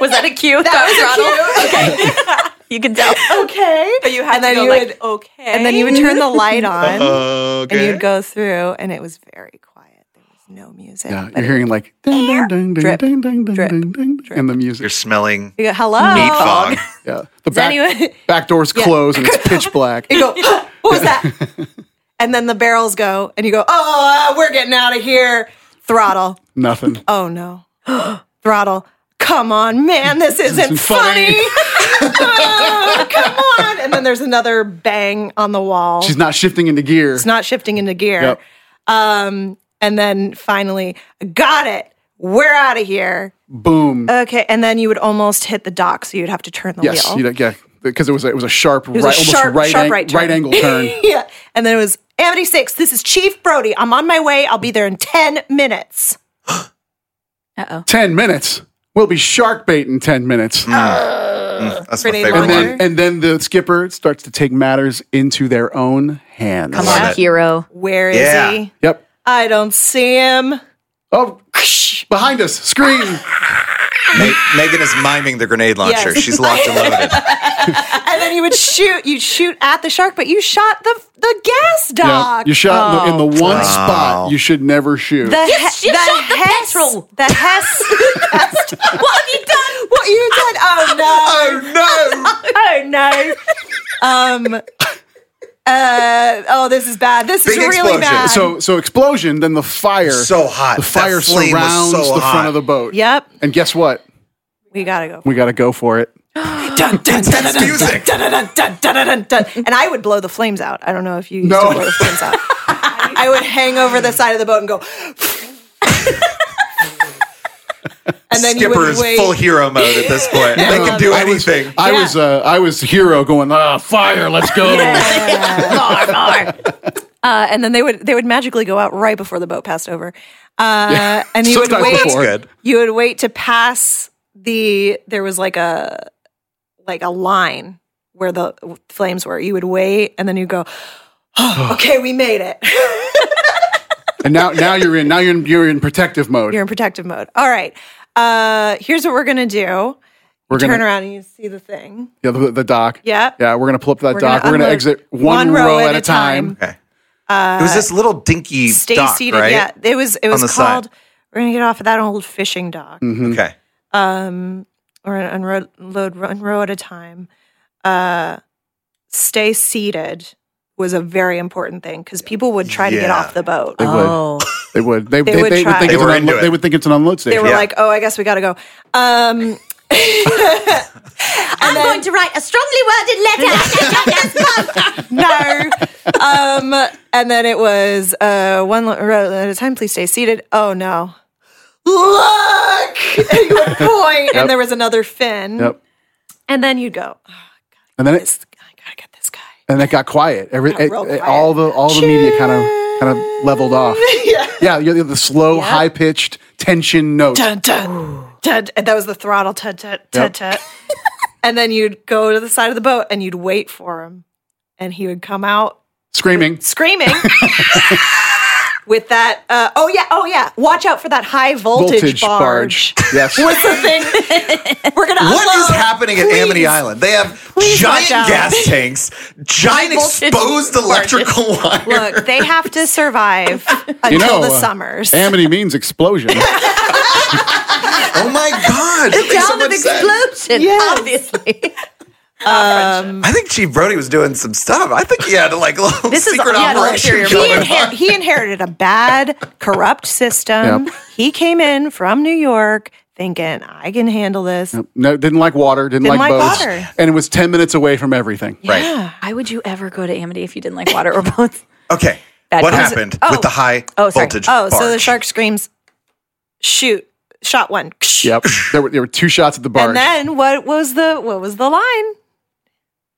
Speaker 5: Was that a cue? That,
Speaker 1: was
Speaker 5: Okay. you can tell.
Speaker 1: okay.
Speaker 6: But you had
Speaker 1: and
Speaker 6: to
Speaker 1: then
Speaker 6: go
Speaker 1: you
Speaker 6: like,
Speaker 1: would,
Speaker 6: okay.
Speaker 1: and then you would turn the light on
Speaker 2: Uh-huh. Okay.
Speaker 1: and you'd go through and it was very quiet. There was no music.
Speaker 3: Yeah,
Speaker 1: but
Speaker 3: you're
Speaker 1: it-
Speaker 3: hearing like ding, ding, ding, ding,
Speaker 1: Drip,
Speaker 3: ding, ding, ding,
Speaker 1: drip,
Speaker 3: ding, ding, and the music.
Speaker 2: You're smelling
Speaker 1: you go, hello.
Speaker 2: meat fog.
Speaker 3: Yeah, the back,
Speaker 1: anyone-
Speaker 3: back doors close and it's pitch black.
Speaker 1: You go, what was that? and then the barrels go and you go, Oh, we're getting out of here. Throttle.
Speaker 3: Nothing.
Speaker 1: Oh no. Throttle. Come on, man, this isn't
Speaker 3: isn't
Speaker 1: funny.
Speaker 3: funny.
Speaker 1: Oh, come on. And then there's another bang on the wall.
Speaker 3: She's not shifting into gear.
Speaker 1: it's not shifting into gear.
Speaker 3: Yep.
Speaker 1: Um, and then finally, got it. We're out of here.
Speaker 3: Boom.
Speaker 1: Okay. And then you would almost hit the dock, so you'd have to turn the
Speaker 3: yes,
Speaker 1: wheel.
Speaker 3: you know, yeah, because it was a, it was a sharp,
Speaker 1: was a
Speaker 3: right, almost
Speaker 1: sharp-
Speaker 3: right,
Speaker 1: sharp
Speaker 3: ang-
Speaker 1: right turn.
Speaker 3: angle turn.
Speaker 1: yeah. And then it was Amity Six. This is Chief Brody. I'm on my way. I'll be there in ten minutes.
Speaker 3: ten minutes. We'll be shark bait in ten minutes.
Speaker 1: Oh,
Speaker 2: Mm, That's my
Speaker 1: Grenade
Speaker 2: favorite
Speaker 3: and
Speaker 1: launcher.
Speaker 2: one.
Speaker 3: then and then the skipper starts to take matters into their own hands.
Speaker 5: Come
Speaker 2: Love
Speaker 5: on,
Speaker 2: it.
Speaker 5: hero.
Speaker 1: Where is
Speaker 2: Yeah.
Speaker 1: he?
Speaker 3: Yep.
Speaker 1: I don't see him.
Speaker 3: Oh, behind us! Scream!
Speaker 2: Ma- Megan is miming the grenade launcher.
Speaker 1: Yes.
Speaker 2: She's locked and loaded.
Speaker 1: and then you would shoot you shoot at the shark but you shot the the gas
Speaker 3: Yeah,
Speaker 1: dog
Speaker 3: you shot in the- in the one
Speaker 2: Oh. Wow.
Speaker 3: spot you should never shoot.
Speaker 1: the,
Speaker 5: You sh- you shot the
Speaker 1: Hess-
Speaker 5: petrol.
Speaker 1: the hess gas dog. what have you done what you did oh no
Speaker 2: oh
Speaker 1: oh no um uh oh this is bad this is
Speaker 2: Big
Speaker 1: really
Speaker 2: explosion.
Speaker 1: bad
Speaker 3: so so explosion, then the fire.
Speaker 2: So hot.
Speaker 3: The fire
Speaker 2: That flame was
Speaker 3: surrounds
Speaker 2: so
Speaker 3: the
Speaker 2: hot.
Speaker 3: front of the boat.
Speaker 1: yep
Speaker 3: And guess what?
Speaker 1: we gotta go
Speaker 3: We got to go for it.
Speaker 2: no! Music.
Speaker 1: Dun. and i would blow the flames out i don't know if you used
Speaker 3: No.
Speaker 1: to blow the flames out i would hang over the side of the boat and go and then you
Speaker 2: Skipper
Speaker 1: would
Speaker 2: is
Speaker 1: wait
Speaker 2: full hero mode at this point. they can do
Speaker 3: Um, I was-
Speaker 2: anything.
Speaker 3: I
Speaker 1: Yeah.
Speaker 3: was uh, I was hero going ah fire let's go
Speaker 5: Mar, mar.
Speaker 1: Uh, and then they would they would magically go out right before the boat passed over. Uh, and you would
Speaker 3: Sometimes
Speaker 1: wait.
Speaker 3: before.
Speaker 2: Good.
Speaker 1: You would wait to pass the. There was like a like a line where the flames were. You would wait, and then you go. "Oh, okay, we made it.
Speaker 3: and now now you're in now you're in, you're in protective mode
Speaker 1: You're in protective mode. All right. Uh, here's what we're gonna do.
Speaker 3: we're
Speaker 1: Turn
Speaker 3: gonna
Speaker 1: around and you see the thing.
Speaker 3: yeah, the, the dock
Speaker 1: Yeah.
Speaker 3: yeah we're gonna pull up to that
Speaker 1: We're
Speaker 3: dock
Speaker 1: gonna
Speaker 3: we're gonna
Speaker 1: unload
Speaker 3: exit one, row, at a time,
Speaker 2: Okay. it was this little dinky
Speaker 1: Uh, Stay
Speaker 2: dock,
Speaker 1: seated.
Speaker 2: right?
Speaker 1: Yeah, it was. It was
Speaker 2: the
Speaker 1: called.
Speaker 2: side.
Speaker 1: We're gonna get off of that old fishing dock.
Speaker 2: Okay.
Speaker 1: or an unload load one row at a time. Uh, stay seated was a very important thing because people would try to get
Speaker 2: Yeah.
Speaker 1: off the boat.
Speaker 3: They would.
Speaker 5: Oh.
Speaker 3: They would. They, they,
Speaker 1: would
Speaker 3: would, they,
Speaker 1: try.
Speaker 3: would think
Speaker 1: They
Speaker 3: it's an
Speaker 2: were into
Speaker 3: unlo-
Speaker 2: it.
Speaker 3: they would think it's an unload
Speaker 1: They
Speaker 3: station.
Speaker 1: were
Speaker 2: Yeah.
Speaker 1: like, "Oh, I guess we got to go." Um,
Speaker 5: I'm going to write a strongly worded letter.
Speaker 1: no, um, and then it was uh, one lo- row at a time. Please stay seated. Oh no, look! And you would point, and there was another fin,
Speaker 3: Yep.
Speaker 1: and then you'd go, oh,
Speaker 3: And then it
Speaker 1: "I gotta get this guy."
Speaker 3: and it got quiet. Every it,
Speaker 1: real
Speaker 3: it-
Speaker 1: quiet.
Speaker 3: all the all the media kind of kind of leveled off. yeah. Yeah. You the slow, high pitched tension note.
Speaker 1: dun, dun, dun, and that was the throttle tut tut tut
Speaker 3: Yep.
Speaker 1: tut. and then you'd go to the side of the boat and you'd wait for him, and he would come out
Speaker 3: Screaming.
Speaker 1: screaming. with that. Uh, oh yeah, oh yeah. Watch out for that high voltage,
Speaker 3: Voltage barge.
Speaker 1: barge.
Speaker 3: Yes.
Speaker 1: was the thing. We're gonna.
Speaker 2: What is
Speaker 1: upload.
Speaker 2: happening at Amity Island? They have giant
Speaker 1: watch out.
Speaker 2: gas tanks, giant
Speaker 5: voltage
Speaker 2: exposed electrical wire.
Speaker 1: Look, they have to survive until
Speaker 3: You know,
Speaker 1: the
Speaker 3: uh,
Speaker 1: summers.
Speaker 3: Amity means explosion.
Speaker 2: Oh my god! That makes so
Speaker 5: Sound of
Speaker 2: much sense.
Speaker 5: explosion,
Speaker 1: Yes.
Speaker 5: obviously.
Speaker 2: I think Chief Brody was doing some stuff. I think he had like a little
Speaker 5: This is-
Speaker 2: secret
Speaker 5: he had an
Speaker 2: operation
Speaker 5: ulterior
Speaker 1: he,
Speaker 2: going
Speaker 5: motive.
Speaker 2: on.
Speaker 1: inher- he inherited a bad, corrupt system.
Speaker 3: Yep.
Speaker 1: He came in from New York thinking, I can handle this.
Speaker 3: no, didn't like water, didn't,
Speaker 1: Didn't
Speaker 3: like,
Speaker 1: like
Speaker 3: boats,
Speaker 1: water.
Speaker 3: and it was ten minutes away from everything.
Speaker 2: Right.
Speaker 5: Why would you ever go to Amity if you didn't like water or boats?
Speaker 2: Okay.
Speaker 5: Bad
Speaker 2: what
Speaker 5: guys.
Speaker 2: happened
Speaker 1: Oh.
Speaker 2: with the high
Speaker 5: Oh, sorry.
Speaker 2: voltage?
Speaker 1: Oh, so the
Speaker 2: barge?
Speaker 1: shark screams, shoot, shot one. Ksh.
Speaker 3: Yep, there were there were two shots at the barge.
Speaker 1: And then what was the what was the line?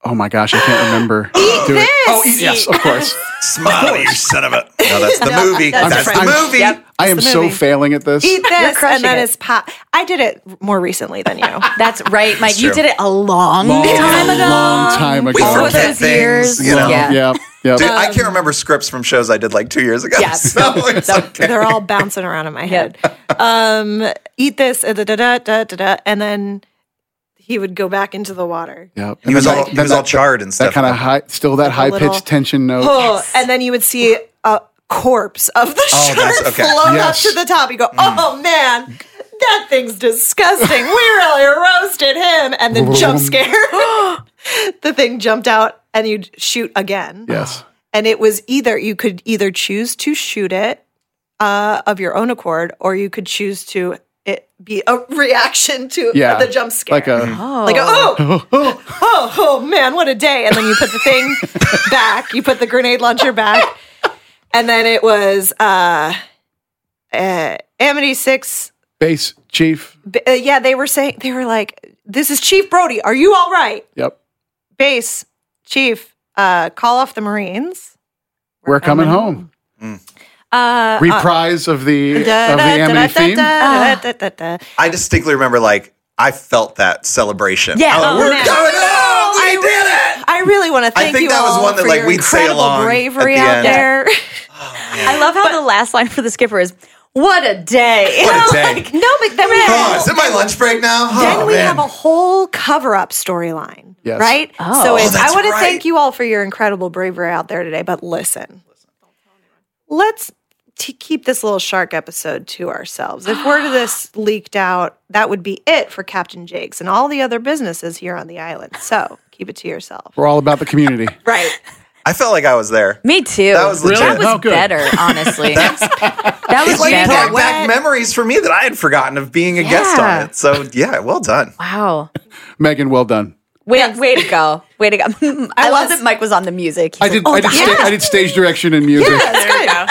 Speaker 3: oh my gosh, I can't remember. Eat
Speaker 1: this!
Speaker 3: Oh, eat, yes, of course.
Speaker 2: Smile, you son of a. No, that's the movie.
Speaker 1: that's
Speaker 2: That's, the
Speaker 1: different.
Speaker 2: movie.
Speaker 1: Yep.
Speaker 3: I am
Speaker 1: the
Speaker 3: so
Speaker 1: movie.
Speaker 3: failing at this.
Speaker 1: Eat this,
Speaker 5: crushing
Speaker 1: and then
Speaker 5: it.
Speaker 1: it's pop. I did it more recently than you.
Speaker 5: That's right, Mike. You
Speaker 2: true.
Speaker 5: did it a long,
Speaker 3: Long,
Speaker 5: time ago.
Speaker 3: long time ago.
Speaker 2: We
Speaker 5: All
Speaker 2: forget
Speaker 5: those
Speaker 2: things,
Speaker 5: years.
Speaker 2: you know.
Speaker 5: Yeah.
Speaker 3: Yep, yep.
Speaker 2: Dude, I can't remember scripts from shows I did like two years ago.
Speaker 5: Yeah.
Speaker 2: So it's okay.
Speaker 1: They're all bouncing around in my head. Um, eat this, uh, da, da, da, da, da, da, and then he would go back into the water.
Speaker 3: Yep.
Speaker 2: He was
Speaker 3: And
Speaker 2: all
Speaker 3: that-
Speaker 2: he was
Speaker 3: that-
Speaker 2: all charred and
Speaker 3: That
Speaker 2: stuff.
Speaker 3: kind of high, still that high
Speaker 1: little-
Speaker 3: pitched tension note.
Speaker 1: Oh, and then you would see a corpse of the
Speaker 2: Oh, that's-
Speaker 1: shark
Speaker 2: okay.
Speaker 1: float
Speaker 3: Yes. Mm.
Speaker 1: up to the top. You go, oh man, that thing's disgusting. We really roasted him, and then jump scare. the thing jumped out, and you'd shoot again.
Speaker 3: yes.
Speaker 1: and it was either you could either choose to shoot it uh, of your own accord, or you could choose to it be a reaction to
Speaker 3: Yeah.
Speaker 1: the jump scare,
Speaker 3: Like
Speaker 2: Mm-hmm.
Speaker 3: a
Speaker 1: like a, oh, oh, oh, man, what a day! And then you put the thing back, you put the grenade launcher back, and then it was uh, uh, Amity Six.
Speaker 3: base chief.
Speaker 1: b- Uh, yeah, they were saying they were like, "This is Chief Brody. Are you all right?"
Speaker 3: Yep.
Speaker 1: Base Chief, uh, call off the Marines.
Speaker 3: We're coming home.
Speaker 2: Mm.
Speaker 3: Reprise of the of the
Speaker 1: Uh, Da, da, da,
Speaker 3: Amity
Speaker 1: da,
Speaker 3: theme.
Speaker 1: da,
Speaker 2: Ah.
Speaker 1: da, da, da, da.
Speaker 2: I distinctly remember like I felt that celebration.
Speaker 5: Yeah.
Speaker 2: I was like,
Speaker 5: Oh,
Speaker 2: we're
Speaker 1: man.
Speaker 2: coming home. We did it.
Speaker 1: I really want to thank
Speaker 2: think
Speaker 1: you
Speaker 2: that was
Speaker 1: all
Speaker 2: one that,
Speaker 1: for
Speaker 2: like,
Speaker 1: your
Speaker 2: we'd say
Speaker 1: incredible
Speaker 2: along at
Speaker 1: bravery
Speaker 2: the
Speaker 1: out
Speaker 2: end.
Speaker 1: there.
Speaker 5: I love how the last line for the skipper is, "What a day."
Speaker 2: What a day.
Speaker 1: No, but then we
Speaker 2: Oh,
Speaker 1: have,
Speaker 2: is it my lunch break now? Oh,
Speaker 1: then we
Speaker 2: man.
Speaker 1: have a whole cover-up storyline,
Speaker 3: Yes.
Speaker 1: right?
Speaker 5: Oh.
Speaker 1: So
Speaker 5: Oh,
Speaker 1: it's, I
Speaker 2: that's
Speaker 1: want to
Speaker 2: right.
Speaker 1: thank you all for your incredible bravery out there today. But listen, let's t- keep this little shark episode to ourselves. If word of this leaked out, that would be it for Captain Jake's and all the other businesses here on the island. So keep it to yourself.
Speaker 3: We're all about the community.
Speaker 1: Right.
Speaker 2: I felt like I was there.
Speaker 5: Me too.
Speaker 2: That was legit.
Speaker 5: That was
Speaker 3: Oh, good.
Speaker 5: better, honestly. that was
Speaker 2: It like
Speaker 5: better.
Speaker 2: brought back memories for me that I had forgotten of being a guest
Speaker 5: Yeah.
Speaker 2: on it. So yeah, well done.
Speaker 5: Wow.
Speaker 3: Megan, well done.
Speaker 5: Way, way to go. Way to go. I, love
Speaker 1: was-
Speaker 5: that Mike was on the music. "Oh,
Speaker 3: I did. I did.
Speaker 1: yeah.
Speaker 3: sta- I did stage direction and music.
Speaker 6: There you go.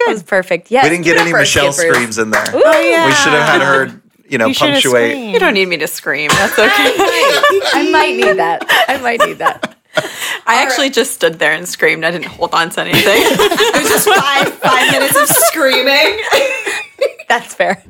Speaker 5: It was perfect. Yes.
Speaker 2: We didn't get
Speaker 5: good
Speaker 2: any
Speaker 5: for our
Speaker 2: Michelle
Speaker 5: skippers.
Speaker 2: screams in there.
Speaker 1: Oh, yeah.
Speaker 2: We should have had her, you know, punctuate.
Speaker 6: You don't need me to scream. That's okay.
Speaker 5: I might need that. I might need that.
Speaker 6: I actually just stood there and screamed. I didn't hold on to anything.
Speaker 1: It was just five five minutes of screaming.
Speaker 5: That's fair.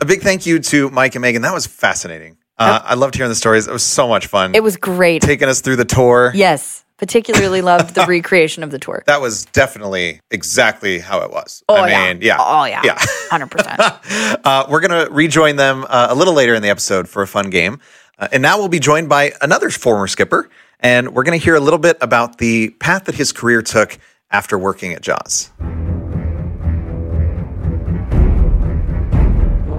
Speaker 2: A big thank you to Mike and Megan. That was fascinating. Uh, I loved hearing the stories. It was so much fun.
Speaker 5: It was great.
Speaker 2: taking us through the tour.
Speaker 5: yes. Particularly loved the recreation of the tour.
Speaker 2: That was definitely exactly how it was.
Speaker 5: Oh,
Speaker 2: I mean, yeah.
Speaker 5: Oh, yeah.
Speaker 2: Yeah.
Speaker 5: 100%.
Speaker 2: Uh, we're going to rejoin them uh, a little later in the episode for a fun game. Uh, and now we'll be joined by another former skipper. And we're going to hear a little bit about the path that his career took after working at Jaws.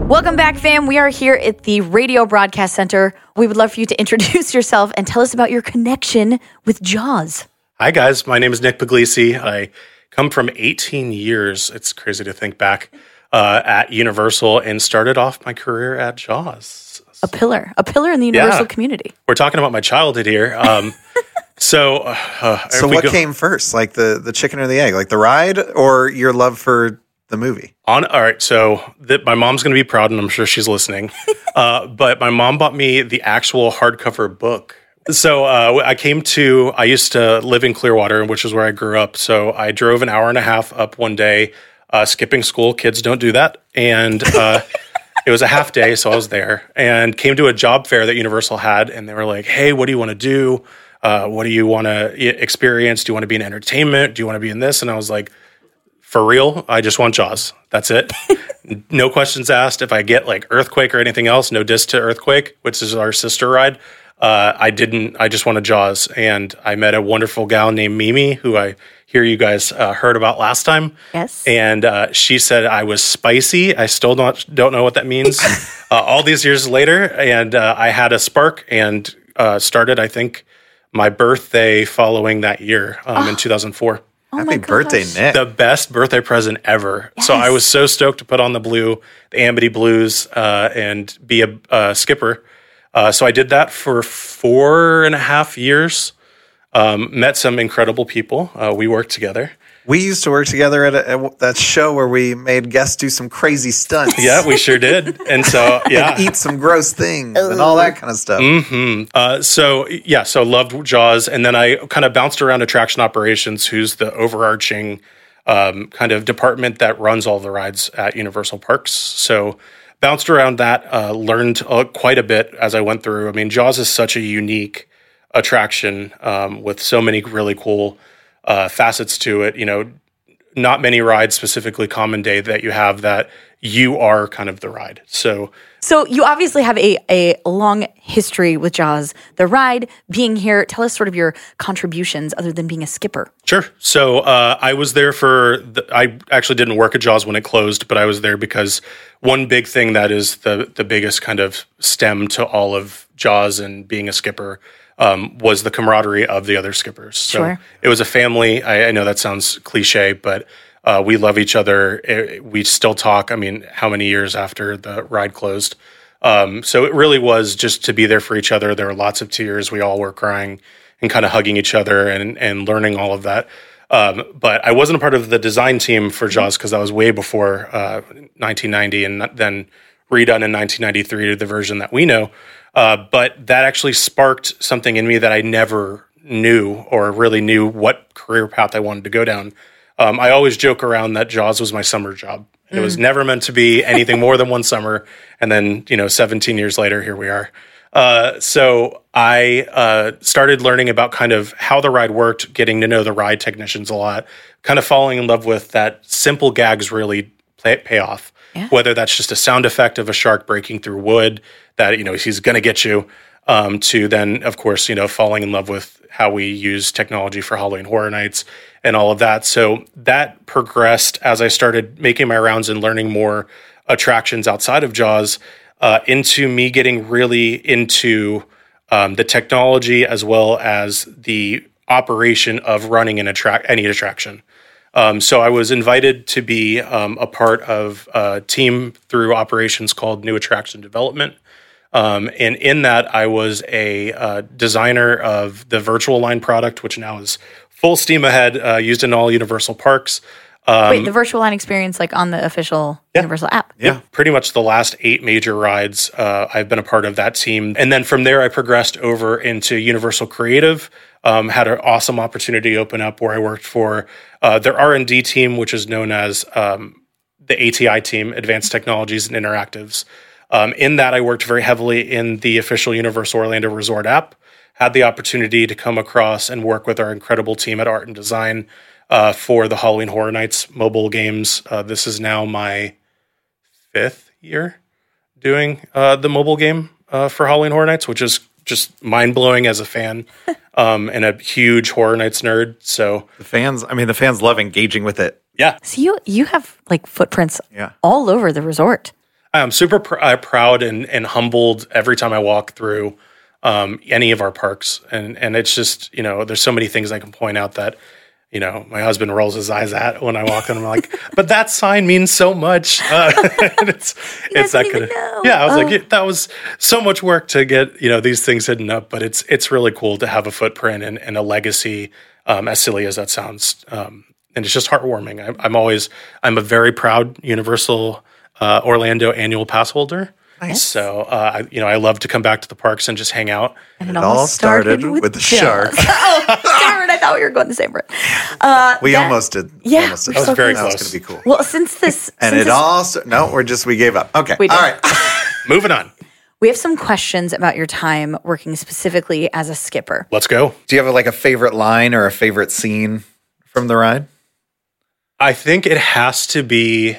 Speaker 5: Welcome back, fam. We are here at the Radio Broadcast Center. We would love for you to introduce yourself and tell us about your connection with Jaws.
Speaker 7: Hi, guys. My name is Nick Puglisi. I come from 18 years. It's crazy to think back uh, at Universal and started off my career at Jaws.
Speaker 5: A pillar, a pillar in the universal community.
Speaker 7: We're talking about my childhood here. Um, so, uh,
Speaker 2: So,
Speaker 7: if we
Speaker 2: what
Speaker 7: go-
Speaker 2: came first, like the, the chicken or the egg, like the ride or your love for the movie?
Speaker 7: On all right, so that my mom's going to be proud, and I'm sure she's listening. uh, but my mom bought me the actual hardcover book. So uh, I came to. I used to live in Clearwater, which is where I grew up. So I drove an hour and a half up one day, uh, skipping school. Kids don't do that, and uh, it was a half day, so I was there and came to a job fair that Universal had, and they were like, "Hey, what do you want to do?" uh, what do you want to experience? Do you want to be in entertainment? Do you want to be in this? And I was like, for real, I just want Jaws. That's it. no questions asked. If I get like Earthquake or anything else, no diss to Earthquake, which is our sister ride. Uh, I didn't. I just wanted Jaws, and I met a wonderful gal named Mimi, who I hear you guys uh, heard about last time.
Speaker 5: Yes.
Speaker 7: And uh, she said I was spicy. I still don't don't know what that means. uh, all these years later, and uh, I had a spark and uh, started. I think my birthday following that year um, in 2004
Speaker 2: Happy birthday, Nick.
Speaker 7: the best birthday present ever. So I was so stoked to put on the blue, the Amity blues, uh, and be a uh, skipper. Uh, so I did that for four and a half years. Um, met some incredible people. Uh, we worked together.
Speaker 2: we used to work together at, a, at that show where we made guests do some crazy stunts.
Speaker 7: Yeah, we sure did. And so yeah,
Speaker 2: Eat some gross things and all that kind of stuff.
Speaker 7: Uh, so yeah, so loved Jaws, and then I kind of bounced around attraction operations, who's the overarching um, kind of department that runs all the rides at Universal Parks. So bounced around that, uh, learned uh, quite a bit as I went through. I mean, Jaws is such a unique attraction um, with so many really cool uh, facets to it. You know, not many rides, specifically Common Day, that you have that you are kind of the ride. So.
Speaker 5: So you obviously have a, a long history with Jaws, the ride, being here. Tell us sort of your contributions other than being a skipper.
Speaker 7: Sure. So uh, I was there for. The, I actually didn't work at Jaws when it closed, but I was there because one big thing that is the the biggest kind of stem to all of Jaws and being a skipper um, was the camaraderie of the other skippers. So
Speaker 5: Sure.
Speaker 7: it was a family. I, I know that sounds cliche, but uh, we love each other. Eh, we still talk. I mean, how many years after the ride closed? Um, so it really was just to be there for each other. There were lots of tears. We all were crying and kind of hugging each other and and learning all of that. Um, but I wasn't a part of the design team for Jaws because that was way before uh, 1990 and then redone in 1993 to the version that we know. Uh, but that actually sparked something in me that I never knew or really knew what career path I wanted to go down. Um, I always joke around that Jaws was my summer job. It was never meant to be anything more than one summer. And then, you know, 17 years later, here we are. Uh, so I uh, started learning about kind of how the ride worked, getting to know the ride technicians a lot, kind of falling in love with that simple gags really play, pay off. Whether that's just a sound effect of a shark breaking through wood that you know he's going to get you, um, to then of course you know falling in love with how we use technology for Halloween Horror Nights and all of that. So that progressed as I started making my rounds and learning more attractions outside of Jaws uh, into me getting really into um, the technology as well as the operation of running an attract any attraction. Um, so I was invited to be um, a part of a team through operations called New Attraction Development. Um, and in that, I was a uh, designer of the virtual line product, which now is full steam ahead, uh, used in all Universal parks.
Speaker 5: Wait, the virtual line experience, like on the official Universal app.
Speaker 7: Um, Yeah, pretty much the last eight major rides, uh, I've been a part of that team. And then from there, I progressed over into Universal Creative. Um, had an awesome opportunity open up where I worked for uh, their R and D team, which is known as um, the ATI team, Advanced Technologies and Interactives. Um, in that, I worked very heavily in the official Universal Orlando Resort app. Had the opportunity to come across and work with our incredible team at Art and Design uh, for the Halloween Horror Nights mobile games. Uh, this is now my fifth year doing uh, the mobile game uh, for Halloween Horror Nights, which is just mind blowing as a fan um, and a huge Horror Nights nerd. So
Speaker 2: The fans, I mean, the fans love engaging with it.
Speaker 7: yeah,
Speaker 5: So you you have like footprints
Speaker 2: Yeah.
Speaker 5: all over the resort.
Speaker 7: I'm super pr- uh, proud and, and humbled every time I walk through um, any of our parks, and and it's just you know there's so many things I can point out that you know my husband rolls his eyes at when I walk, and I'm like, but that sign means so much. Uh, and it's it's that
Speaker 5: even
Speaker 7: kind of
Speaker 5: know. Oh.
Speaker 7: yeah. I was like, yeah, that was so much work to get you know these things hidden up, but it's it's really cool to have a footprint and, and a legacy. Um, as silly as that sounds, um, and it's just heartwarming. I'm, I'm always I'm a very proud Universal uh, Orlando annual pass holder. Nice. So uh, I, you know I love to come back to the parks and just hang out.
Speaker 5: And
Speaker 2: It all started with, the
Speaker 5: Jaws.
Speaker 2: shark.
Speaker 5: Oh, Darn, I thought we were going the same route.
Speaker 2: We almost did.
Speaker 5: yeah,
Speaker 2: almost did.
Speaker 5: we're That was so
Speaker 7: very
Speaker 2: That
Speaker 7: close.
Speaker 2: was going to be cool.
Speaker 5: Well, since this
Speaker 2: and
Speaker 5: since
Speaker 2: it
Speaker 5: this-
Speaker 2: all, sta- no, we're just, we gave up. Okay.
Speaker 5: We did.
Speaker 2: All right.
Speaker 7: Moving on.
Speaker 5: We have some questions about your time working specifically as a skipper.
Speaker 7: Let's go.
Speaker 2: Do you have like a favorite line or a favorite scene from the ride?
Speaker 7: I think it has to be.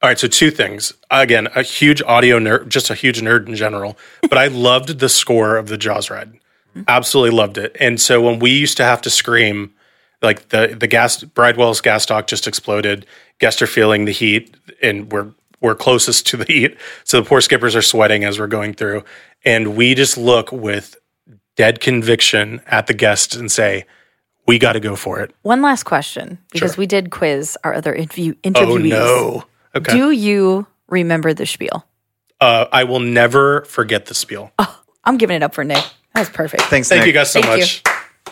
Speaker 7: All right, so two things. Again, a huge audio nerd, just a huge nerd in general, but I loved the score of the Jaws ride. Absolutely loved it. And so when we used to have to scream, like the the gas Bridewell's gas stock just exploded, guests are feeling the heat, and we're we're closest to the heat, so the poor skippers are sweating as we're going through, and we just look with dead conviction at the guests and say, "We got to go for it."
Speaker 5: One last question because we did quiz our other interview
Speaker 7: Oh
Speaker 5: interviewees.
Speaker 7: no! Okay.
Speaker 5: Do you remember the spiel?
Speaker 7: Uh, I will never forget the spiel.
Speaker 5: I'm giving it up for Nick. That was perfect.
Speaker 2: Thanks,
Speaker 7: Thank
Speaker 2: Nick.
Speaker 7: you guys so
Speaker 5: Thank
Speaker 7: much.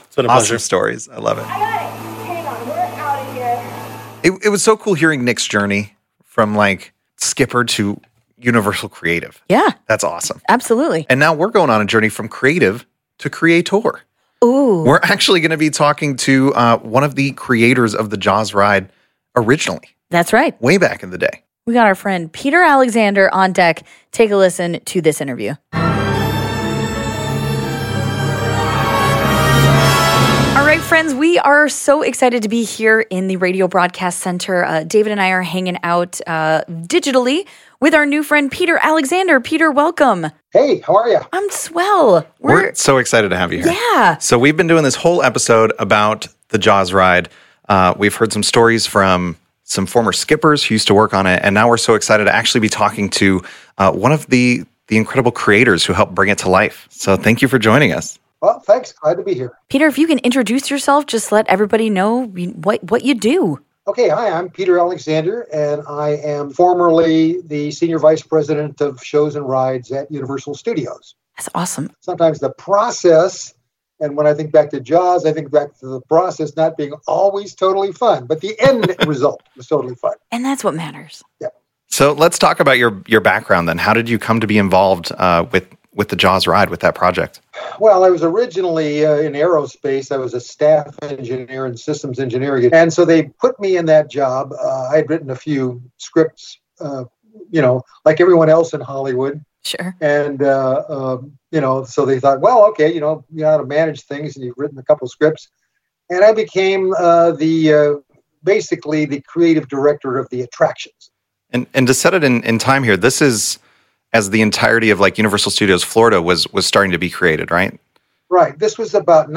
Speaker 7: It's been a
Speaker 2: Awesome
Speaker 7: pleasure.
Speaker 2: stories. I love it.
Speaker 8: Hang on, we're out of here.
Speaker 2: it. It was so cool hearing Nick's journey from like skipper to Universal Creative.
Speaker 5: Yeah,
Speaker 2: That's awesome.
Speaker 5: absolutely.
Speaker 2: And now we're going on a journey from creative to creator. Ooh. We're actually going to be talking to uh, one of the creators of the Jaws ride originally,
Speaker 5: That's right.
Speaker 2: way back in the day.
Speaker 5: We got our friend Peter Alexander on deck. Take a listen to this interview. All right, friends, we are so excited to be here in the Radio Broadcast Center. Uh, David and I are hanging out uh, digitally with our new friend Peter Alexander. Peter, welcome.
Speaker 9: Hey, how are you?
Speaker 5: I'm swell.
Speaker 2: We're,
Speaker 5: We're,
Speaker 2: so excited to have you here.
Speaker 5: yeah,
Speaker 2: So we've been doing this whole episode about the Jaws ride. Uh, we've heard some stories from some former skippers who used to work on it, and now we're so excited to actually be talking to uh, one of the the incredible creators who helped bring it to life. So thank you for joining us.
Speaker 9: Well, thanks. Glad to be here.
Speaker 5: Peter, if you can introduce yourself, just let everybody know you- what what you do.
Speaker 9: Okay, hi, I'm Peter Alexander, and I am formerly the Senior Vice President of Shows and Rides at Universal Studios.
Speaker 5: That's awesome.
Speaker 9: Sometimes the process, and when I think back to Jaws, I think back to the process not being always totally fun, but the end result was totally fun.
Speaker 5: And that's what matters.
Speaker 2: So let's talk about your your background then. How did you come to be involved uh, with with the Jaws ride with that project?
Speaker 9: Well, I was originally uh, in aerospace. I was a staff engineer in systems engineering, and so they put me in that job. Uh, I had written a few scripts, uh, you know, like everyone else in Hollywood,
Speaker 5: Sure.
Speaker 9: and uh, um, you know, so they thought, well, okay, you know, you know how to manage things, and you've written a couple scripts, and I became uh, the uh, basically the creative director of the attractions.
Speaker 2: And and to set it in, in time here, this is as the entirety of like Universal Studios Florida was was starting to be created, right?
Speaker 9: Right. This was about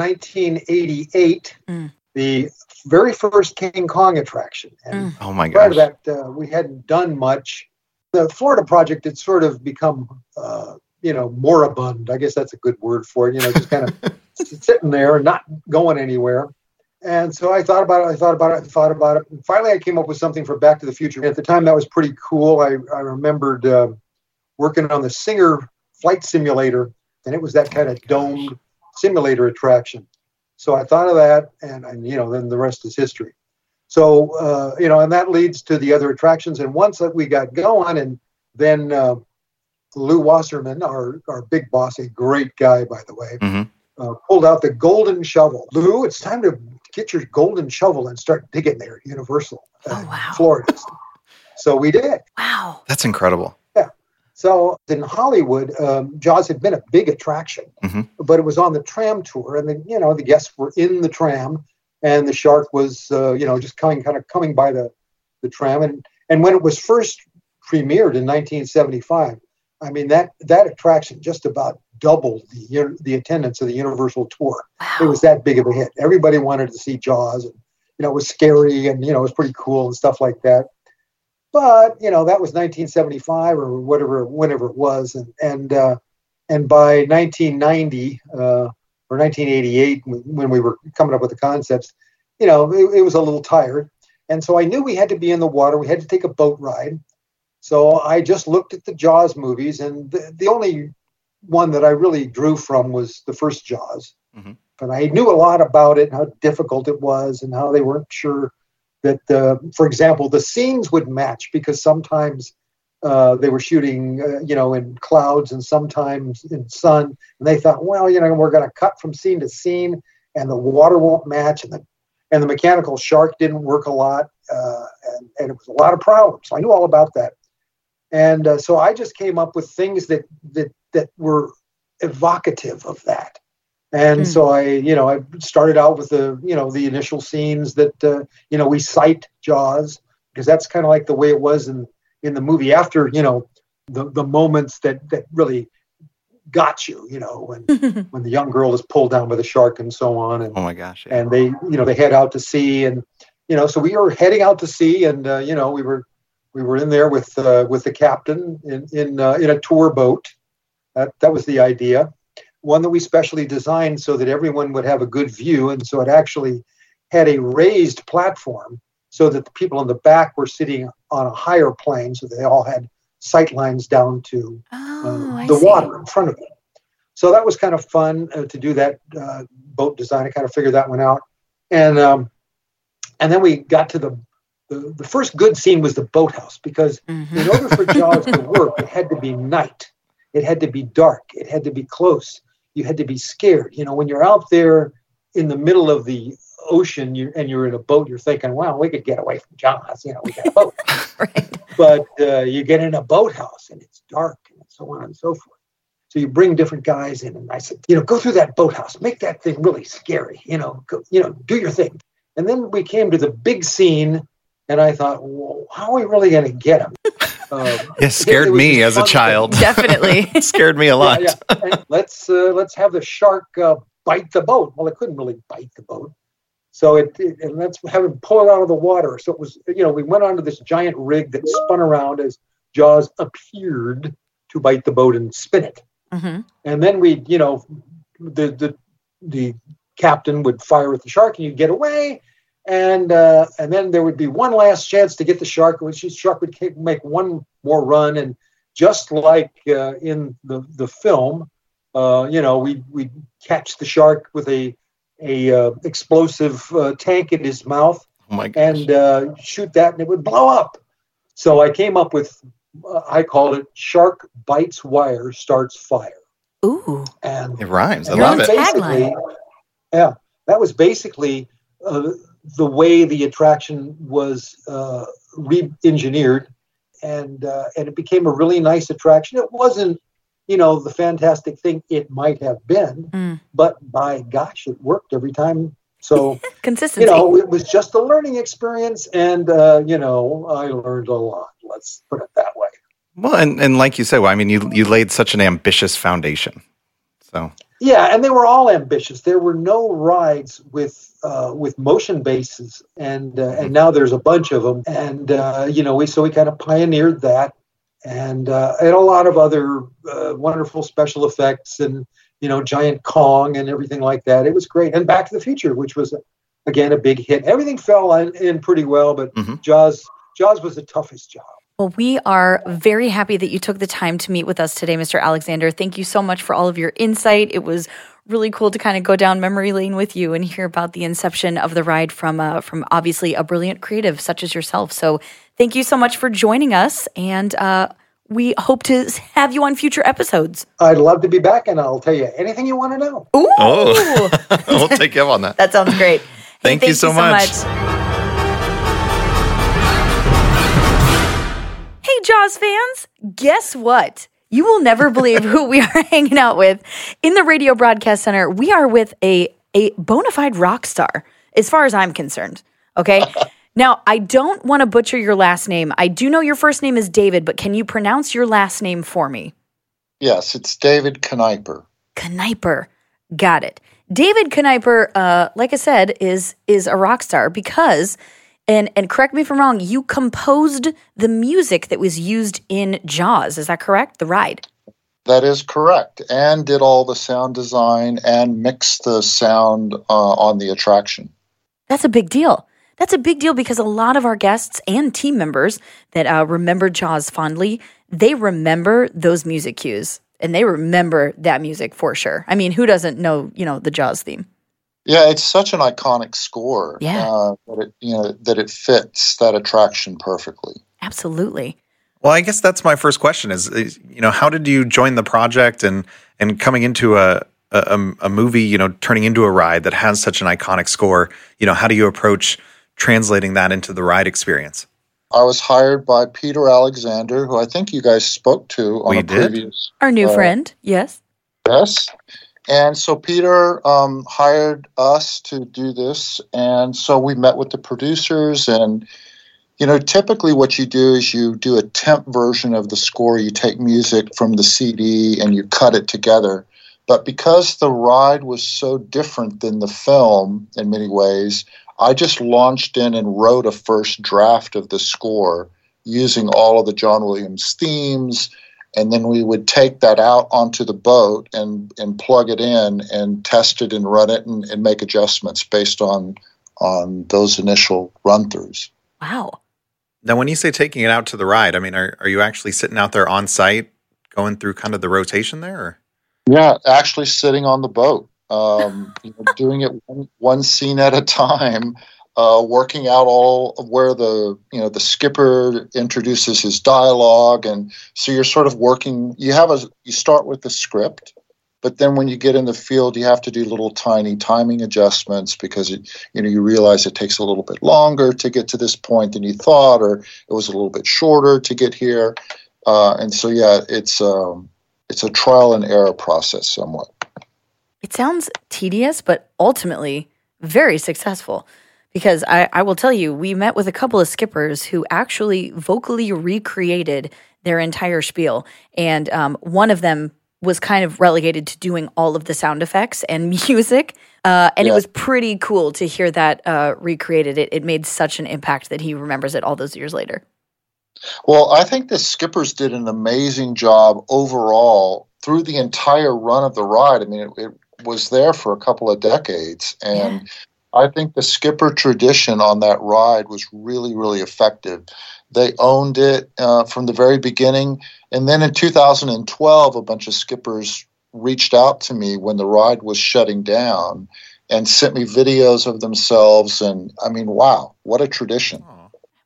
Speaker 9: 1988.
Speaker 5: Mm.
Speaker 9: The very first King Kong attraction, and.
Speaker 5: Mm.
Speaker 2: Oh my
Speaker 9: prior
Speaker 2: gosh.
Speaker 9: to that, uh, we hadn't done much. The Florida project had sort of become, uh, you know, moribund. I guess that's a good word for it. You know, just kind of sitting there and not going anywhere. And so I thought about it. I thought about it. I thought about it. And finally, I came up with something for Back to the Future. At the time, that was pretty cool. I I remembered uh, working on the Singer flight simulator, and it was that kind of domed simulator attraction. So I thought of that, and, and you know, then the rest is history. So uh, you know, and that leads to the other attractions. And once that we got going, and then uh, Lou Wasserman, our our big boss, a great guy by the way,
Speaker 2: Mhm.
Speaker 9: uh, pulled out the golden shovel. Lou, it's time to get your golden shovel and start digging there at Universal, uh,
Speaker 5: Oh, wow.
Speaker 9: Florida. so we did.
Speaker 5: Wow.
Speaker 2: That's incredible.
Speaker 9: So in Hollywood, um, Jaws had been a big attraction,
Speaker 2: Mhm.
Speaker 9: but it was on the tram tour, and the you know the guests were in the tram, and the shark was uh, you know just coming kind of coming by the the tram, and and when it was first premiered in 1975, I mean that that attraction just about doubled the year- the attendance of the Universal tour. It was that big of a hit. Everybody wanted to see Jaws, and you know it was scary, and you know it was pretty cool and stuff like that but you know that was 1975 or whatever whenever it was and and uh, and by 1990 uh, or 1988 when- when we were coming up with the concepts you know it, it was a little tired and so i knew we had to be in the water we had to take a boat ride so i just looked at the jaws movies and the, the only one that i really drew from was the first jaws
Speaker 2: Mhm.
Speaker 9: but i knew a lot about it and how difficult it was and how they weren't sure that uh, for example the scenes would match because sometimes uh, they were shooting uh, you know in clouds and sometimes in sun and they thought well you know we're going to cut from scene to scene and the water won't match and the and the mechanical shark didn't work a lot uh, and, and it was a lot of problems i knew all about that and uh, so i just came up with things that that that were evocative of that. And so I, you know, I started out with the, you know, the initial scenes that, uh, you know, we cite Jaws because that's kind of like the way it was in in the movie after, you know, the the moments that that really got you, you know, when when the young girl is pulled down by the shark and so on, and
Speaker 10: Oh my gosh. yeah.
Speaker 9: and they, you know, they head out to sea, and you know, so we were heading out to sea, and uh, you know, we were we were in there with uh, with the captain in in uh, in a tour boat. That that was the idea, one that we specially designed so that everyone would have a good view, and so it actually had a raised platform so that the people in the back were sitting on a higher plane, so they all had sight lines down to
Speaker 11: Oh,
Speaker 9: uh,
Speaker 11: I
Speaker 9: the
Speaker 11: see.
Speaker 9: water in front of them. So that was kind of fun uh, to do that uh, boat design. I kind of figured that one out, and um, and then we got to the, the the first good scene was the boathouse because
Speaker 11: Mm-hmm.
Speaker 9: in order for Jaws to work, it had to be night, it had to be dark, it had to be close. You had to be scared. You know, when you're out there in the middle of the ocean you, and you're in a boat, you're thinking, "Wow, we could get away from Jaws." You know, we got a boat
Speaker 11: Right.
Speaker 9: but uh, you get in a boathouse and it's dark and so on and so forth. So you bring different guys in, and I said, you know, go through that boathouse, make that thing really scary, you know, go, you know, do your thing. And then we came to the big scene, and I thought, well, how are we really going to get him? Uh,
Speaker 2: Yeah, scared
Speaker 9: was
Speaker 2: me as
Speaker 9: just
Speaker 2: a
Speaker 9: fun to-
Speaker 2: child.
Speaker 11: Definitely.
Speaker 2: scared me a lot.
Speaker 9: yeah, yeah. And let's uh, let's have the shark uh, bite the boat. Well, it couldn't really bite the boat, so it, it- and let's have him pull it out of the water. So it was you know we went onto this giant rig that spun around as Jaws appeared to bite the boat and spin it,
Speaker 11: Mhm.
Speaker 9: and then we you know the the the captain would fire at the shark and you'd get away. And uh, and then there would be one last chance to get the shark, which the shark would ca- make one more run, and just like uh, in the the film, uh, you know, we we catch the shark with a a uh, explosive uh, tank in his mouth
Speaker 10: Oh my gosh.
Speaker 9: and uh, shoot that, and it would blow up. So I came up with uh, I called it "Shark bites wire, starts fire,"
Speaker 11: Ooh.
Speaker 9: and
Speaker 2: It rhymes. I
Speaker 9: and
Speaker 2: love
Speaker 9: that
Speaker 2: it.
Speaker 11: Right.
Speaker 9: was basically- Yeah, that was basically uh, the way the attraction was uh, re-engineered, and uh, and it became a really nice attraction. It wasn't, you know, the fantastic thing it might have been,
Speaker 11: Mm.
Speaker 9: but by gosh, it worked every time. So
Speaker 11: Consistency.
Speaker 9: you know, it was just a learning experience, and uh, you know, I learned a lot. Let's put it that way.
Speaker 2: Well, and, and like you said, well, I mean, you you laid such an ambitious foundation. So
Speaker 9: Yeah, and they were all ambitious. There were no rides with uh, with motion bases, and uh, and now there's a bunch of them. And uh, you know, we so we kind of pioneered that, and uh, and a lot of other uh, wonderful special effects, and you know, giant Kong and everything like that. It was great. And Back to the Future, which was again a big hit. Everything fell in, in pretty well, but
Speaker 2: Mhm.
Speaker 9: Jaws Jaws was the toughest job.
Speaker 11: Well, we are very happy that you took the time to meet with us today, Mr. Alexander. Thank you so much for all of your insight. It was really cool to kind of go down memory lane with you and hear about the inception of the ride from uh, from obviously a brilliant creative such as yourself. So, thank you so much for joining us, and uh, we hope to have you on future episodes.
Speaker 9: I'd love to be back, and I'll tell you anything you want to know.
Speaker 11: Ooh,
Speaker 2: Oh. we'll take you up on that.
Speaker 11: that sounds great. Hey,
Speaker 2: Thank you so much.
Speaker 11: Hey, Jaws fans, guess what? You will never believe who we are hanging out with. In the Radio Broadcast Center, we are with a, a bona fide rock star, as far as I'm concerned. Okay. now, I don't want to butcher your last name. I do know your first name is David, but can you pronounce your last name for me?
Speaker 5: Yes, it's David Kniper.
Speaker 11: Kniper. Got it. David Kniper, uh, like I said, is is a rock star because, and and correct me if I'm wrong, you composed the music that was used in Jaws. Is that correct? The ride.
Speaker 5: That is correct. And did all the sound design and mixed the sound uh, on the attraction.
Speaker 11: That's a big deal. That's a big deal because a lot of our guests and team members that uh, remember Jaws fondly, they remember those music cues and they remember that music for sure. I mean, who doesn't know you know the Jaws theme?
Speaker 5: Yeah, it's such an iconic score.
Speaker 11: Yeah.
Speaker 5: Uh, that it you know that it fits that attraction perfectly.
Speaker 11: Absolutely.
Speaker 2: Well, I guess that's my first question: is, is you know how did you join the project and and coming into a, a um, a movie, you know, turning into a ride that has such an iconic score? You know, how do you approach translating that into the ride experience?
Speaker 9: I was hired by Peter Alexander, who I think you guys spoke to on
Speaker 2: We
Speaker 9: a
Speaker 2: did.
Speaker 9: previous
Speaker 5: Our new
Speaker 9: Uh,
Speaker 5: friend. Yes.
Speaker 9: Yes. And so Peter um, hired us to do this. And so we met with the producers. And, you know, typically what you do is you do a temp version of the score. You take music from the CD and you cut it together. But because the ride was so different than the film in many ways, I just launched in and wrote a first draft of the score using all of the John Williams themes and then we would take that out onto the boat and and plug it in and test it and run it and, and make adjustments based on on those initial run throughs.
Speaker 5: Wow.
Speaker 2: Now, when you say taking it out to the ride, I mean, are, are you actually sitting out there on site going through kind of the rotation there? Or?
Speaker 9: Yeah, actually sitting on the boat, um, you know, doing it one, one scene at a time, uh, working out all of where the you know the skipper introduces his dialogue, and so you're sort of working. You have a you start with the script, but then when you get in the field, you have to do little tiny timing adjustments because it, you know you realize it takes a little bit longer to get to this point than you thought, or it was a little bit shorter to get here, uh, and so yeah, it's. Um, it's a trial and error process somewhat.
Speaker 5: It sounds tedious, but ultimately very successful. Because I, I will tell you, we met with a couple of skippers who actually vocally recreated their entire spiel. And um, one of them was kind of relegated to doing all of the sound effects and music. Uh, and it
Speaker 9: Yeah.
Speaker 5: was pretty cool to hear that uh, recreated. It, it made such an impact that he remembers it all those years later.
Speaker 9: Well, I think the skippers did an amazing job overall through the entire run of the ride. I mean, it, it was there for a couple of decades. And I think the skipper tradition on that ride was really, really effective. They owned it uh, from the very beginning. And then in 2012, a bunch of skippers reached out to me when the ride was shutting down and sent me videos of themselves. And I mean, wow, what a tradition.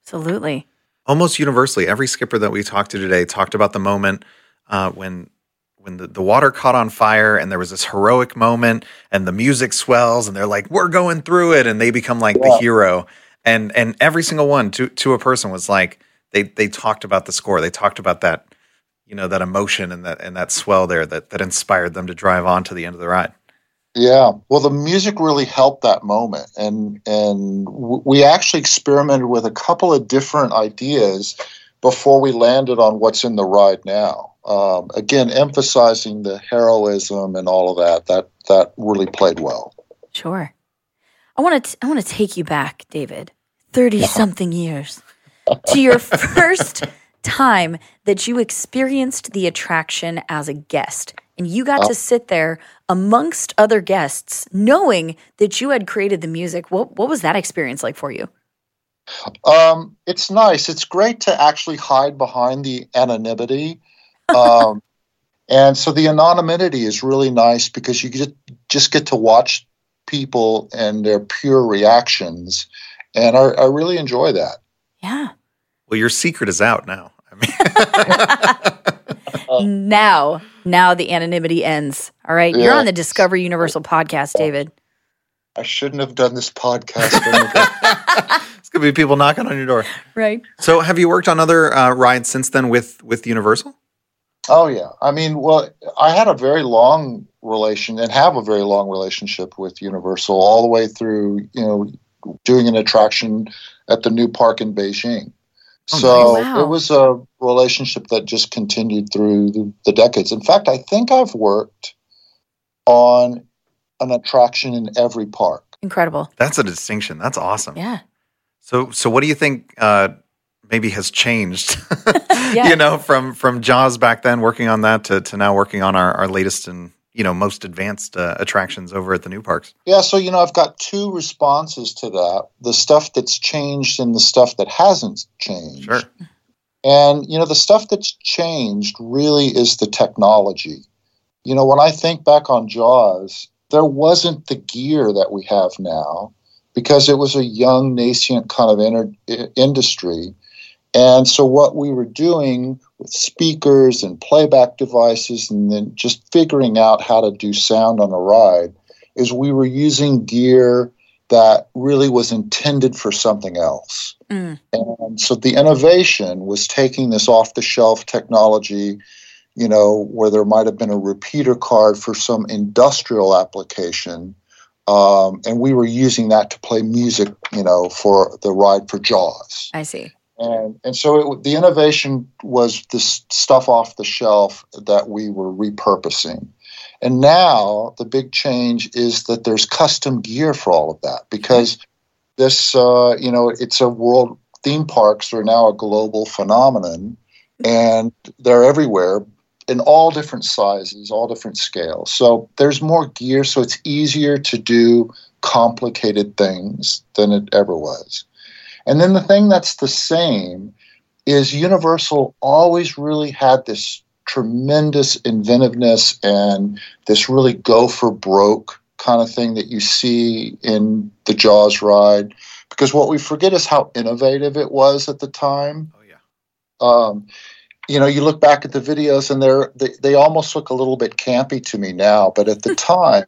Speaker 5: Absolutely.
Speaker 2: almost universally, every skipper that we talked to today talked about the moment uh, when when the, the water caught on fire and there was this heroic moment and the music swells and they're like, "We're going through it," and they become like the
Speaker 9: Yeah.
Speaker 2: hero. And and every single one to to a person was like they they talked about the score. They talked about that you know that emotion and that and that swell there that that inspired them to drive on to the end of the ride.
Speaker 9: Yeah. Well, the music really helped that moment, and and w- we actually experimented with a couple of different ideas before we landed on what's in the ride now. Um, again, emphasizing the heroism and all of that. That that really played well.
Speaker 5: Sure. I want to I want to take you back, David. 30 something years to your first time that you experienced the attraction as a guest and you got
Speaker 9: Oh.
Speaker 5: to sit there amongst other guests knowing that you had created the music. What what was that experience like for you?
Speaker 9: Um, it's nice. It's great to actually hide behind the anonymity. Um, and so the anonymity is really nice because you just, just get to watch people and their pure reactions. And I, I really enjoy that.
Speaker 5: Yeah.
Speaker 2: Well, your secret is out now. I mean,
Speaker 9: Uh,
Speaker 5: Now, now the anonymity ends. All right. You're
Speaker 9: Yeah.
Speaker 5: on the Discover Universal podcast, David.
Speaker 9: I shouldn't have done this podcast. anyway.
Speaker 2: it's gonna be people knocking on your door.
Speaker 5: Right.
Speaker 2: So, have you worked on other uh, rides since then with with Universal?
Speaker 9: Oh yeah, I mean, well, I had a very long relation and have a very long relationship with Universal all the way through, you know, doing an attraction at the new park in Beijing.
Speaker 2: Oh,
Speaker 9: so
Speaker 5: nice. Wow.
Speaker 9: it was a relationship that just continued through the, the decades. In fact, I think I've worked on an attraction in every park.
Speaker 5: Incredible.
Speaker 2: That's a distinction. That's awesome.
Speaker 5: Yeah.
Speaker 2: So, so what do you think uh, maybe has changed?
Speaker 5: Yeah.
Speaker 2: You know, from from Jaws back then, working on that to, to now working on our, our latest and you know most advanced uh, attractions over at the new parks.
Speaker 9: Yeah, so you know, I've got two responses to that: the stuff that's changed and the stuff that hasn't changed.
Speaker 2: Sure.
Speaker 9: And you know, the stuff that's changed really is the technology. You know, when I think back on Jaws, there wasn't the gear that we have now because it was a young, nascent kind of inter- i- industry. And so, what we were doing with speakers and playback devices, and then just figuring out how to do sound on a ride, is we were using gear
Speaker 5: that really was intended for something else.
Speaker 11: Mm.
Speaker 5: And so the innovation was taking this off the shelf technology, you know, where there might have been a repeater card for some industrial application. Um, and we were using that to play music, you know, for the ride for Jaws.
Speaker 11: I see.
Speaker 5: And, and so it, the innovation was this stuff off the shelf that we were repurposing. And now the big change is that there's custom gear for all of that because this, uh, you know, it's a world, theme parks are now a global phenomenon and they're everywhere in all different sizes, all different scales. So there's more gear, so it's easier to do complicated things than it ever was. And then the thing that's the same is Universal always really had this tremendous inventiveness and this really go for broke kind of thing that you see in the Jaws ride. Because what we forget is how innovative it was at the time.
Speaker 2: Oh, yeah.
Speaker 5: Um, you know, you look back at the videos and they're, they, they almost look a little bit campy to me now, but at the time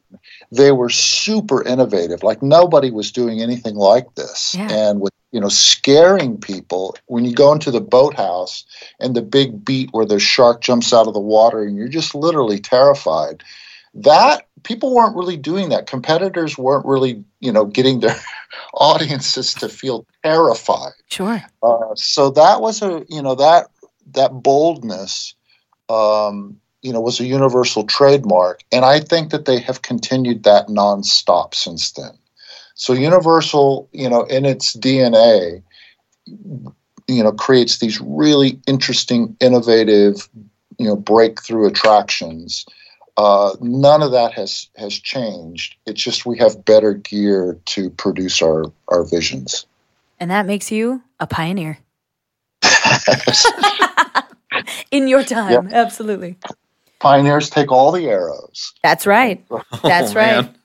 Speaker 5: they were super innovative. Like nobody was doing anything like this.
Speaker 11: Yeah.
Speaker 5: And with, you know, scaring people when you go into the boathouse and the big beat where the shark jumps out of the water and you're just literally terrified. That people weren't really doing that. Competitors weren't really, you know, getting their audiences to feel terrified.
Speaker 11: Sure.
Speaker 5: Uh, so that was a you know that that boldness um, you know was a universal trademark and i think that they have continued that nonstop since then so universal you know in its dna you know creates these really interesting innovative you know breakthrough attractions uh, none of that has has changed it's just we have better gear to produce our our visions
Speaker 11: And that makes you a pioneer. In your time. Absolutely.
Speaker 5: pioneers take all the arrows
Speaker 11: That's right. That's right.
Speaker 2: man.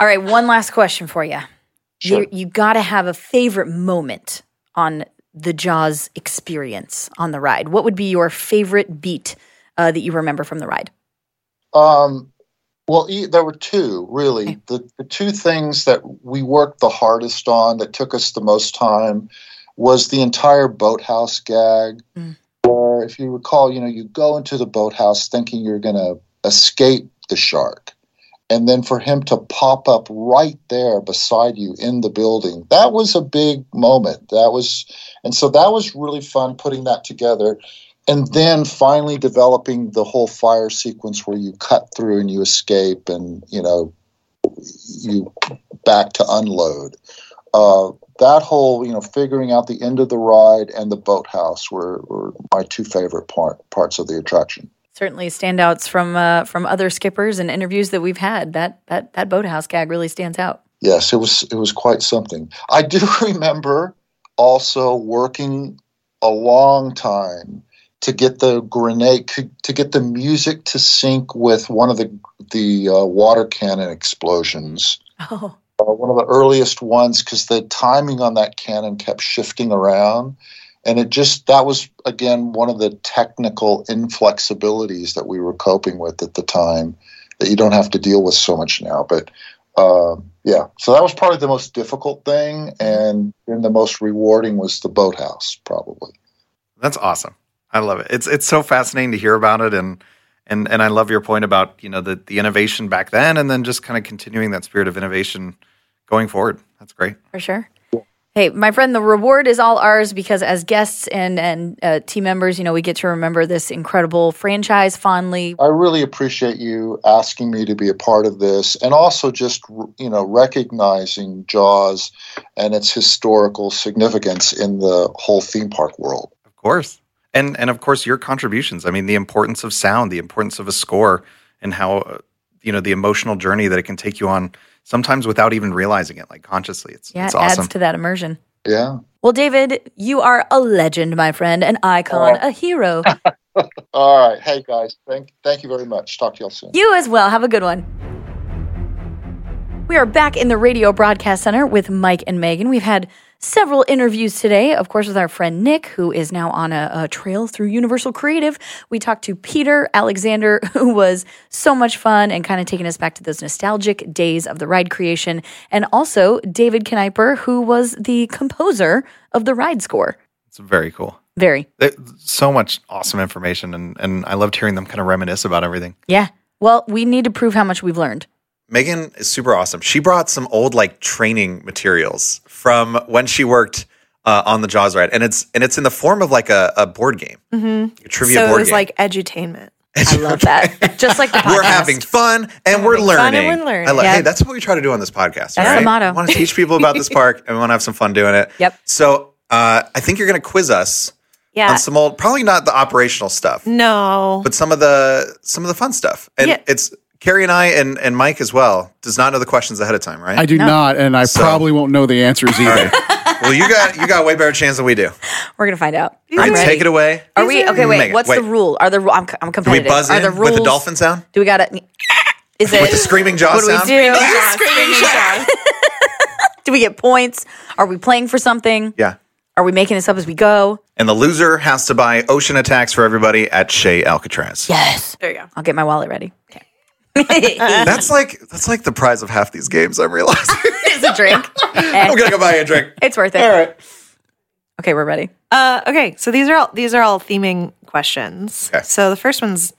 Speaker 11: All right, one last question for you.
Speaker 5: Sure.
Speaker 11: You you got to have a favorite moment on the Jaws experience on the ride. What would be your favorite beat uh, that you remember from the ride?
Speaker 5: Um, well, e- there were two really. The the two things that we worked the hardest on that took us the most time was the entire boathouse gag.
Speaker 11: Mm.
Speaker 5: Where, if you recall, you know, you go into the boathouse thinking you're going to escape the shark, and then for him to pop up right there beside you in the building, that was a big moment. That was, and so that was really fun putting that together and then finally developing the whole fire sequence where you cut through and you escape and you know you back to unload uh, that whole you know figuring out the end of the ride and the boathouse were, were my two favorite part, parts of the attraction
Speaker 11: Certainly standouts from uh, from other skippers and interviews that we've had. That that that boathouse gag really stands out.
Speaker 5: yes it was it was quite something i do remember also working a long time to get the grenade to, to get the music to sync with one of the the uh, water cannon explosions
Speaker 11: Oh,
Speaker 5: uh, one of the earliest ones because the timing on that cannon kept shifting around and it just that was again one of the technical inflexibilities that we were coping with at the time that you don't have to deal with so much now but um yeah so that was probably the most difficult thing and then the most rewarding was the boathouse probably
Speaker 2: That's awesome. I love it. It's it's so fascinating to hear about it and and and I love your point about, you know, the the innovation back then and then just kind of continuing that spirit of innovation going forward. That's great.
Speaker 11: for sure. Hey, my friend, the reward is all ours because as guests and and uh, team members, you know, we get to remember this incredible franchise fondly.
Speaker 5: I really appreciate you asking me to be a part of this, and also just you know recognizing Jaws and its historical significance in the whole theme park world.
Speaker 2: Of course. And and of course your contributions. I mean, the importance of sound, the importance of a score and how uh, you know, the emotional journey that it can take you on sometimes without even realizing it like consciously. It's
Speaker 11: Yeah,
Speaker 2: it's
Speaker 11: it
Speaker 2: awesome.
Speaker 11: adds to that immersion.
Speaker 5: Yeah.
Speaker 11: Well, David, you are a legend, my friend, an icon, a hero.
Speaker 5: All right. Hey guys, thank thank you very much. Talk to y'all soon.
Speaker 11: You as well. Have a good one. We are back in the Radio Broadcast Center with Mike and Megan. We've had
Speaker 5: several interviews today, of course, with our friend Nick, who is now on a, a trail through Universal Creative. We talked to Peter Alexander, who was so much fun and kind of taking us back to those nostalgic days of the ride creation, and also David Kneiper, who was the composer of the ride score.
Speaker 2: It's very cool.
Speaker 5: Very.
Speaker 2: There- So much awesome information, and, and I loved hearing them kind of reminisce about everything.
Speaker 5: Yeah. Well, we need to prove how much we've learned.
Speaker 2: Megan is super awesome. She brought some old like training materials from when she worked uh, on the Jaws ride, and it's and it's in the form of like a, a board game,
Speaker 1: Mm-hmm.
Speaker 2: a trivia
Speaker 1: So it
Speaker 2: board
Speaker 1: was
Speaker 2: game.
Speaker 1: like edutainment.
Speaker 5: I love that. Just like the podcast.
Speaker 2: we're having fun and we're
Speaker 1: Having fun and
Speaker 2: learning.
Speaker 1: we're learning.
Speaker 2: I love-
Speaker 5: Yeah.
Speaker 2: Hey, that's what we try to do on this podcast.
Speaker 5: That's the
Speaker 2: right?
Speaker 5: motto.
Speaker 2: We want to teach people about this park, and we want to have some fun doing it.
Speaker 5: Yep.
Speaker 2: So uh, I think you're going to quiz us
Speaker 1: Yeah.
Speaker 2: on some old, probably not the operational stuff,
Speaker 1: No.
Speaker 2: but some of the some of the fun stuff. And
Speaker 1: Yeah.
Speaker 2: it's Carrie and I and and Mike as well does not know the questions ahead of time, right?
Speaker 3: I do not, and I
Speaker 2: So-
Speaker 3: probably won't know the answers either.
Speaker 2: well, you got you got way better chance than we do.
Speaker 5: We're gonna find out.
Speaker 2: All right, take it away.
Speaker 5: Are we okay? Wait,
Speaker 2: Megan,
Speaker 5: what's the rule? Are the ru- I'm,
Speaker 2: Do we
Speaker 5: I'm competitive.
Speaker 2: buzz
Speaker 5: Are the
Speaker 2: in
Speaker 5: rules?
Speaker 2: with the dolphin sound?
Speaker 5: Do we gotta? Is it
Speaker 2: With the screaming jaw
Speaker 5: What do we
Speaker 2: sound?
Speaker 5: do?
Speaker 6: Screaming Jaws.
Speaker 5: Do we get points? Are we playing for something?
Speaker 2: Yeah.
Speaker 5: Are we making this up as we go?
Speaker 2: And the loser has to buy ocean attacks for everybody at Shea Alcatraz.
Speaker 5: Yes.
Speaker 6: There you go.
Speaker 5: I'll get my wallet ready. Okay.
Speaker 2: That's like that's like the prize of half these games. I'm realizing.
Speaker 5: it's a drink. Eh,
Speaker 2: I'm gonna go buy you a drink.
Speaker 5: it's worth it.
Speaker 2: All right.
Speaker 5: Okay, we're ready.
Speaker 1: Uh, okay, so these are all these are all theming questions.
Speaker 2: Okay.
Speaker 1: So the first one's,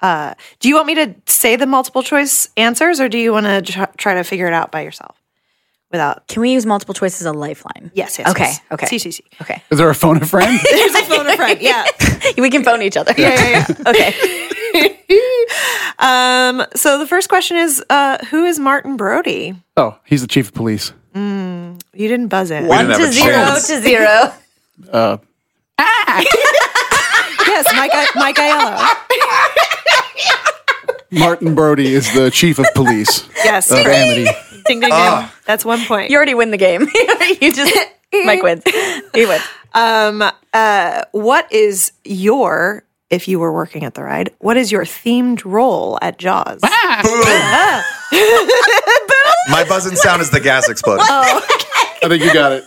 Speaker 1: uh, do you want me to say the multiple choice answers, or do you want to try to figure it out by yourself? Without
Speaker 5: Can we use multiple choice as a lifeline?
Speaker 1: yes, yes,
Speaker 5: Okay,
Speaker 1: yes.
Speaker 5: okay.
Speaker 1: C C C.
Speaker 5: Okay.
Speaker 3: Is there a phone a friend?
Speaker 1: There's a phone in front. Yeah.
Speaker 5: We can phone each other.
Speaker 1: yeah, yeah.
Speaker 5: okay.
Speaker 1: Um. So the first question is, uh, who is Martin Brody?
Speaker 3: oh, he's the chief of police.
Speaker 1: You didn't buzz in.
Speaker 2: What?
Speaker 5: One
Speaker 2: have
Speaker 5: to
Speaker 2: a
Speaker 5: zero
Speaker 2: chance.
Speaker 5: to zero.
Speaker 1: Yes, Mike. Mike Aiello.
Speaker 3: Martin Brody is the chief of police Uh,
Speaker 1: Yes.
Speaker 3: of Amity.
Speaker 1: Ding ding ding.
Speaker 2: Ah.
Speaker 1: That's one point.
Speaker 5: You already win the game. you just Mike wins. He wins.
Speaker 1: Um, uh, what is your, if you were working at the ride, what is your themed role at Jaws?
Speaker 2: My buzzing sound is the gas explosion.
Speaker 5: Oh.
Speaker 3: I think you got it.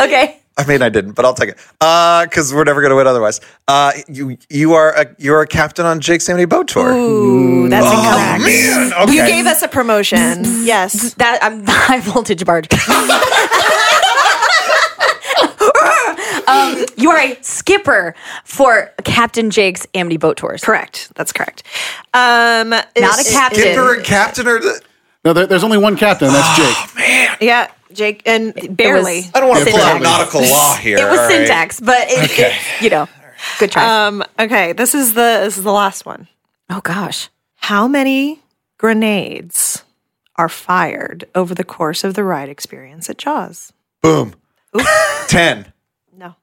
Speaker 5: Okay.
Speaker 2: I mean, I didn't, but I'll take it. Uh, because we're never gonna win otherwise. Uh, you you are a you're a captain on Jake's Amity Boat Tour.
Speaker 1: Ooh, that's
Speaker 2: Oh
Speaker 1: incorrect.
Speaker 2: man, okay.
Speaker 1: You gave us a promotion. yes.
Speaker 5: That I'm the high voltage bard. um, you are a skipper for Captain Jake's Amity Boat Tours.
Speaker 1: Correct. That's correct. Um, Not
Speaker 5: a captain.
Speaker 2: Skipper and captain are. The,
Speaker 3: No, there, there's only one captain. That's Jake.
Speaker 1: Yeah, Jake, and barely.
Speaker 2: I don't want to pull out
Speaker 5: Syntax.
Speaker 2: nautical law here.
Speaker 5: It was
Speaker 2: all right?
Speaker 5: syntax, but it, it's, you know, good try.
Speaker 1: Um, okay, this is the this is the last one.
Speaker 5: oh gosh.
Speaker 1: How many grenades are fired over the course of the ride experience at Jaws?
Speaker 2: Boom. Ten.
Speaker 1: No.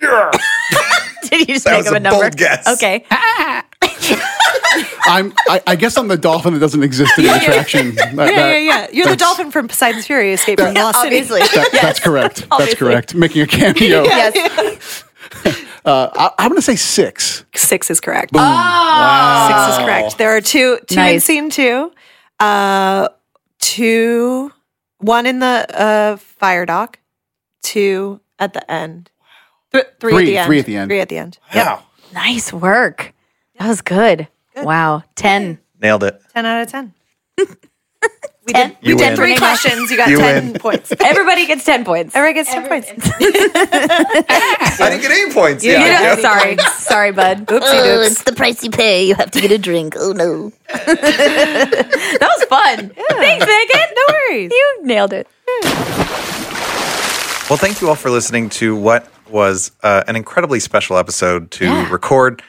Speaker 5: Did you just
Speaker 2: That
Speaker 5: make
Speaker 2: was
Speaker 5: up a,
Speaker 2: a
Speaker 5: number?
Speaker 2: bold guess.
Speaker 5: Okay.
Speaker 3: I'm. I, I guess I'm the dolphin that doesn't exist in the attraction. That-
Speaker 1: Yeah, yeah,
Speaker 3: that-
Speaker 1: yeah. You're the
Speaker 3: that's-
Speaker 1: dolphin from Poseidon's Fury, Escape from Lost City.
Speaker 5: Obviously.
Speaker 3: That, That's correct. That's
Speaker 5: Obviously.
Speaker 3: correct. Making a cameo.
Speaker 5: yes.
Speaker 3: Uh, I, I'm going to say six.
Speaker 1: Six is correct. Six is correct. There are two, two in
Speaker 5: Nice.
Speaker 1: scene two, uh, two, one in the uh, fire dock, two at the end, Th- three,
Speaker 3: Three,
Speaker 1: at the
Speaker 3: three
Speaker 1: end,
Speaker 3: at the end.
Speaker 1: three at the end.
Speaker 2: Wow.
Speaker 5: Nice work. That was good. Wow. 10.
Speaker 2: Nailed it.
Speaker 1: Ten out of ten. we did
Speaker 2: You
Speaker 5: did
Speaker 2: win.
Speaker 5: three
Speaker 1: three questions. You got
Speaker 2: You
Speaker 1: ten
Speaker 2: win.
Speaker 1: points.
Speaker 5: Everybody gets 10 points.
Speaker 1: Everybody gets ten points.
Speaker 2: I didn't get any points. Yeah.
Speaker 1: You
Speaker 2: I
Speaker 1: did.
Speaker 2: guess.
Speaker 5: Yeah, sorry. sorry, bud. Oh,
Speaker 1: Oopsie doops.
Speaker 4: the price you pay. You have to get a drink. Oh no.
Speaker 5: That was fun. Thanks, Megan.
Speaker 1: No worries.
Speaker 5: You nailed it.
Speaker 2: Well, thank you all for listening to what was uh, an incredibly special episode to
Speaker 5: Yeah.
Speaker 2: record.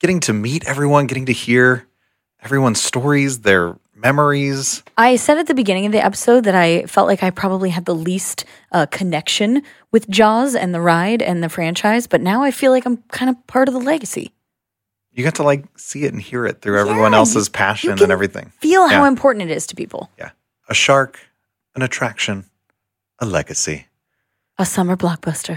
Speaker 2: Getting to meet everyone, getting to hear everyone's stories, their memories.
Speaker 5: I said at the beginning of the episode that I felt like I probably had the least uh, connection with Jaws and the ride and the franchise, but now I feel like I'm kind of part of the legacy.
Speaker 2: You got to like see it and hear it through everyone
Speaker 5: Yeah,
Speaker 2: else's
Speaker 5: you-
Speaker 2: passion
Speaker 5: you can
Speaker 2: and everything.
Speaker 5: Feel how
Speaker 2: Yeah.
Speaker 5: important it is to people.
Speaker 2: Yeah. A shark, an attraction, a legacy,
Speaker 5: A summer blockbuster.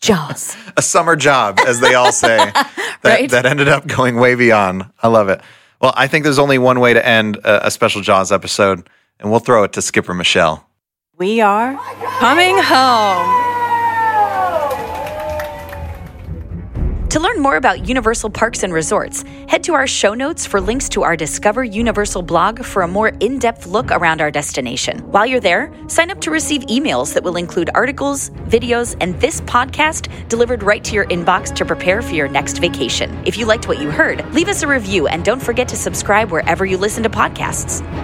Speaker 5: Jaws.
Speaker 2: a summer job, as they all say, that,
Speaker 5: Right.
Speaker 2: that ended up going way beyond. I love it. Well, I think there's only one way to end a, a special Jaws episode, and we'll throw it to Skipper Michelle.
Speaker 1: We are
Speaker 6: Coming home.
Speaker 5: To learn more about Universal Parks and Resorts, head to our show notes for links to our Discover Universal blog for a more in depth look around our destination. While you're there, sign up to receive emails that will include articles, videos, and this podcast delivered right to your inbox to prepare for your next vacation. If you liked what you heard, leave us a review and don't forget to subscribe wherever you listen to podcasts.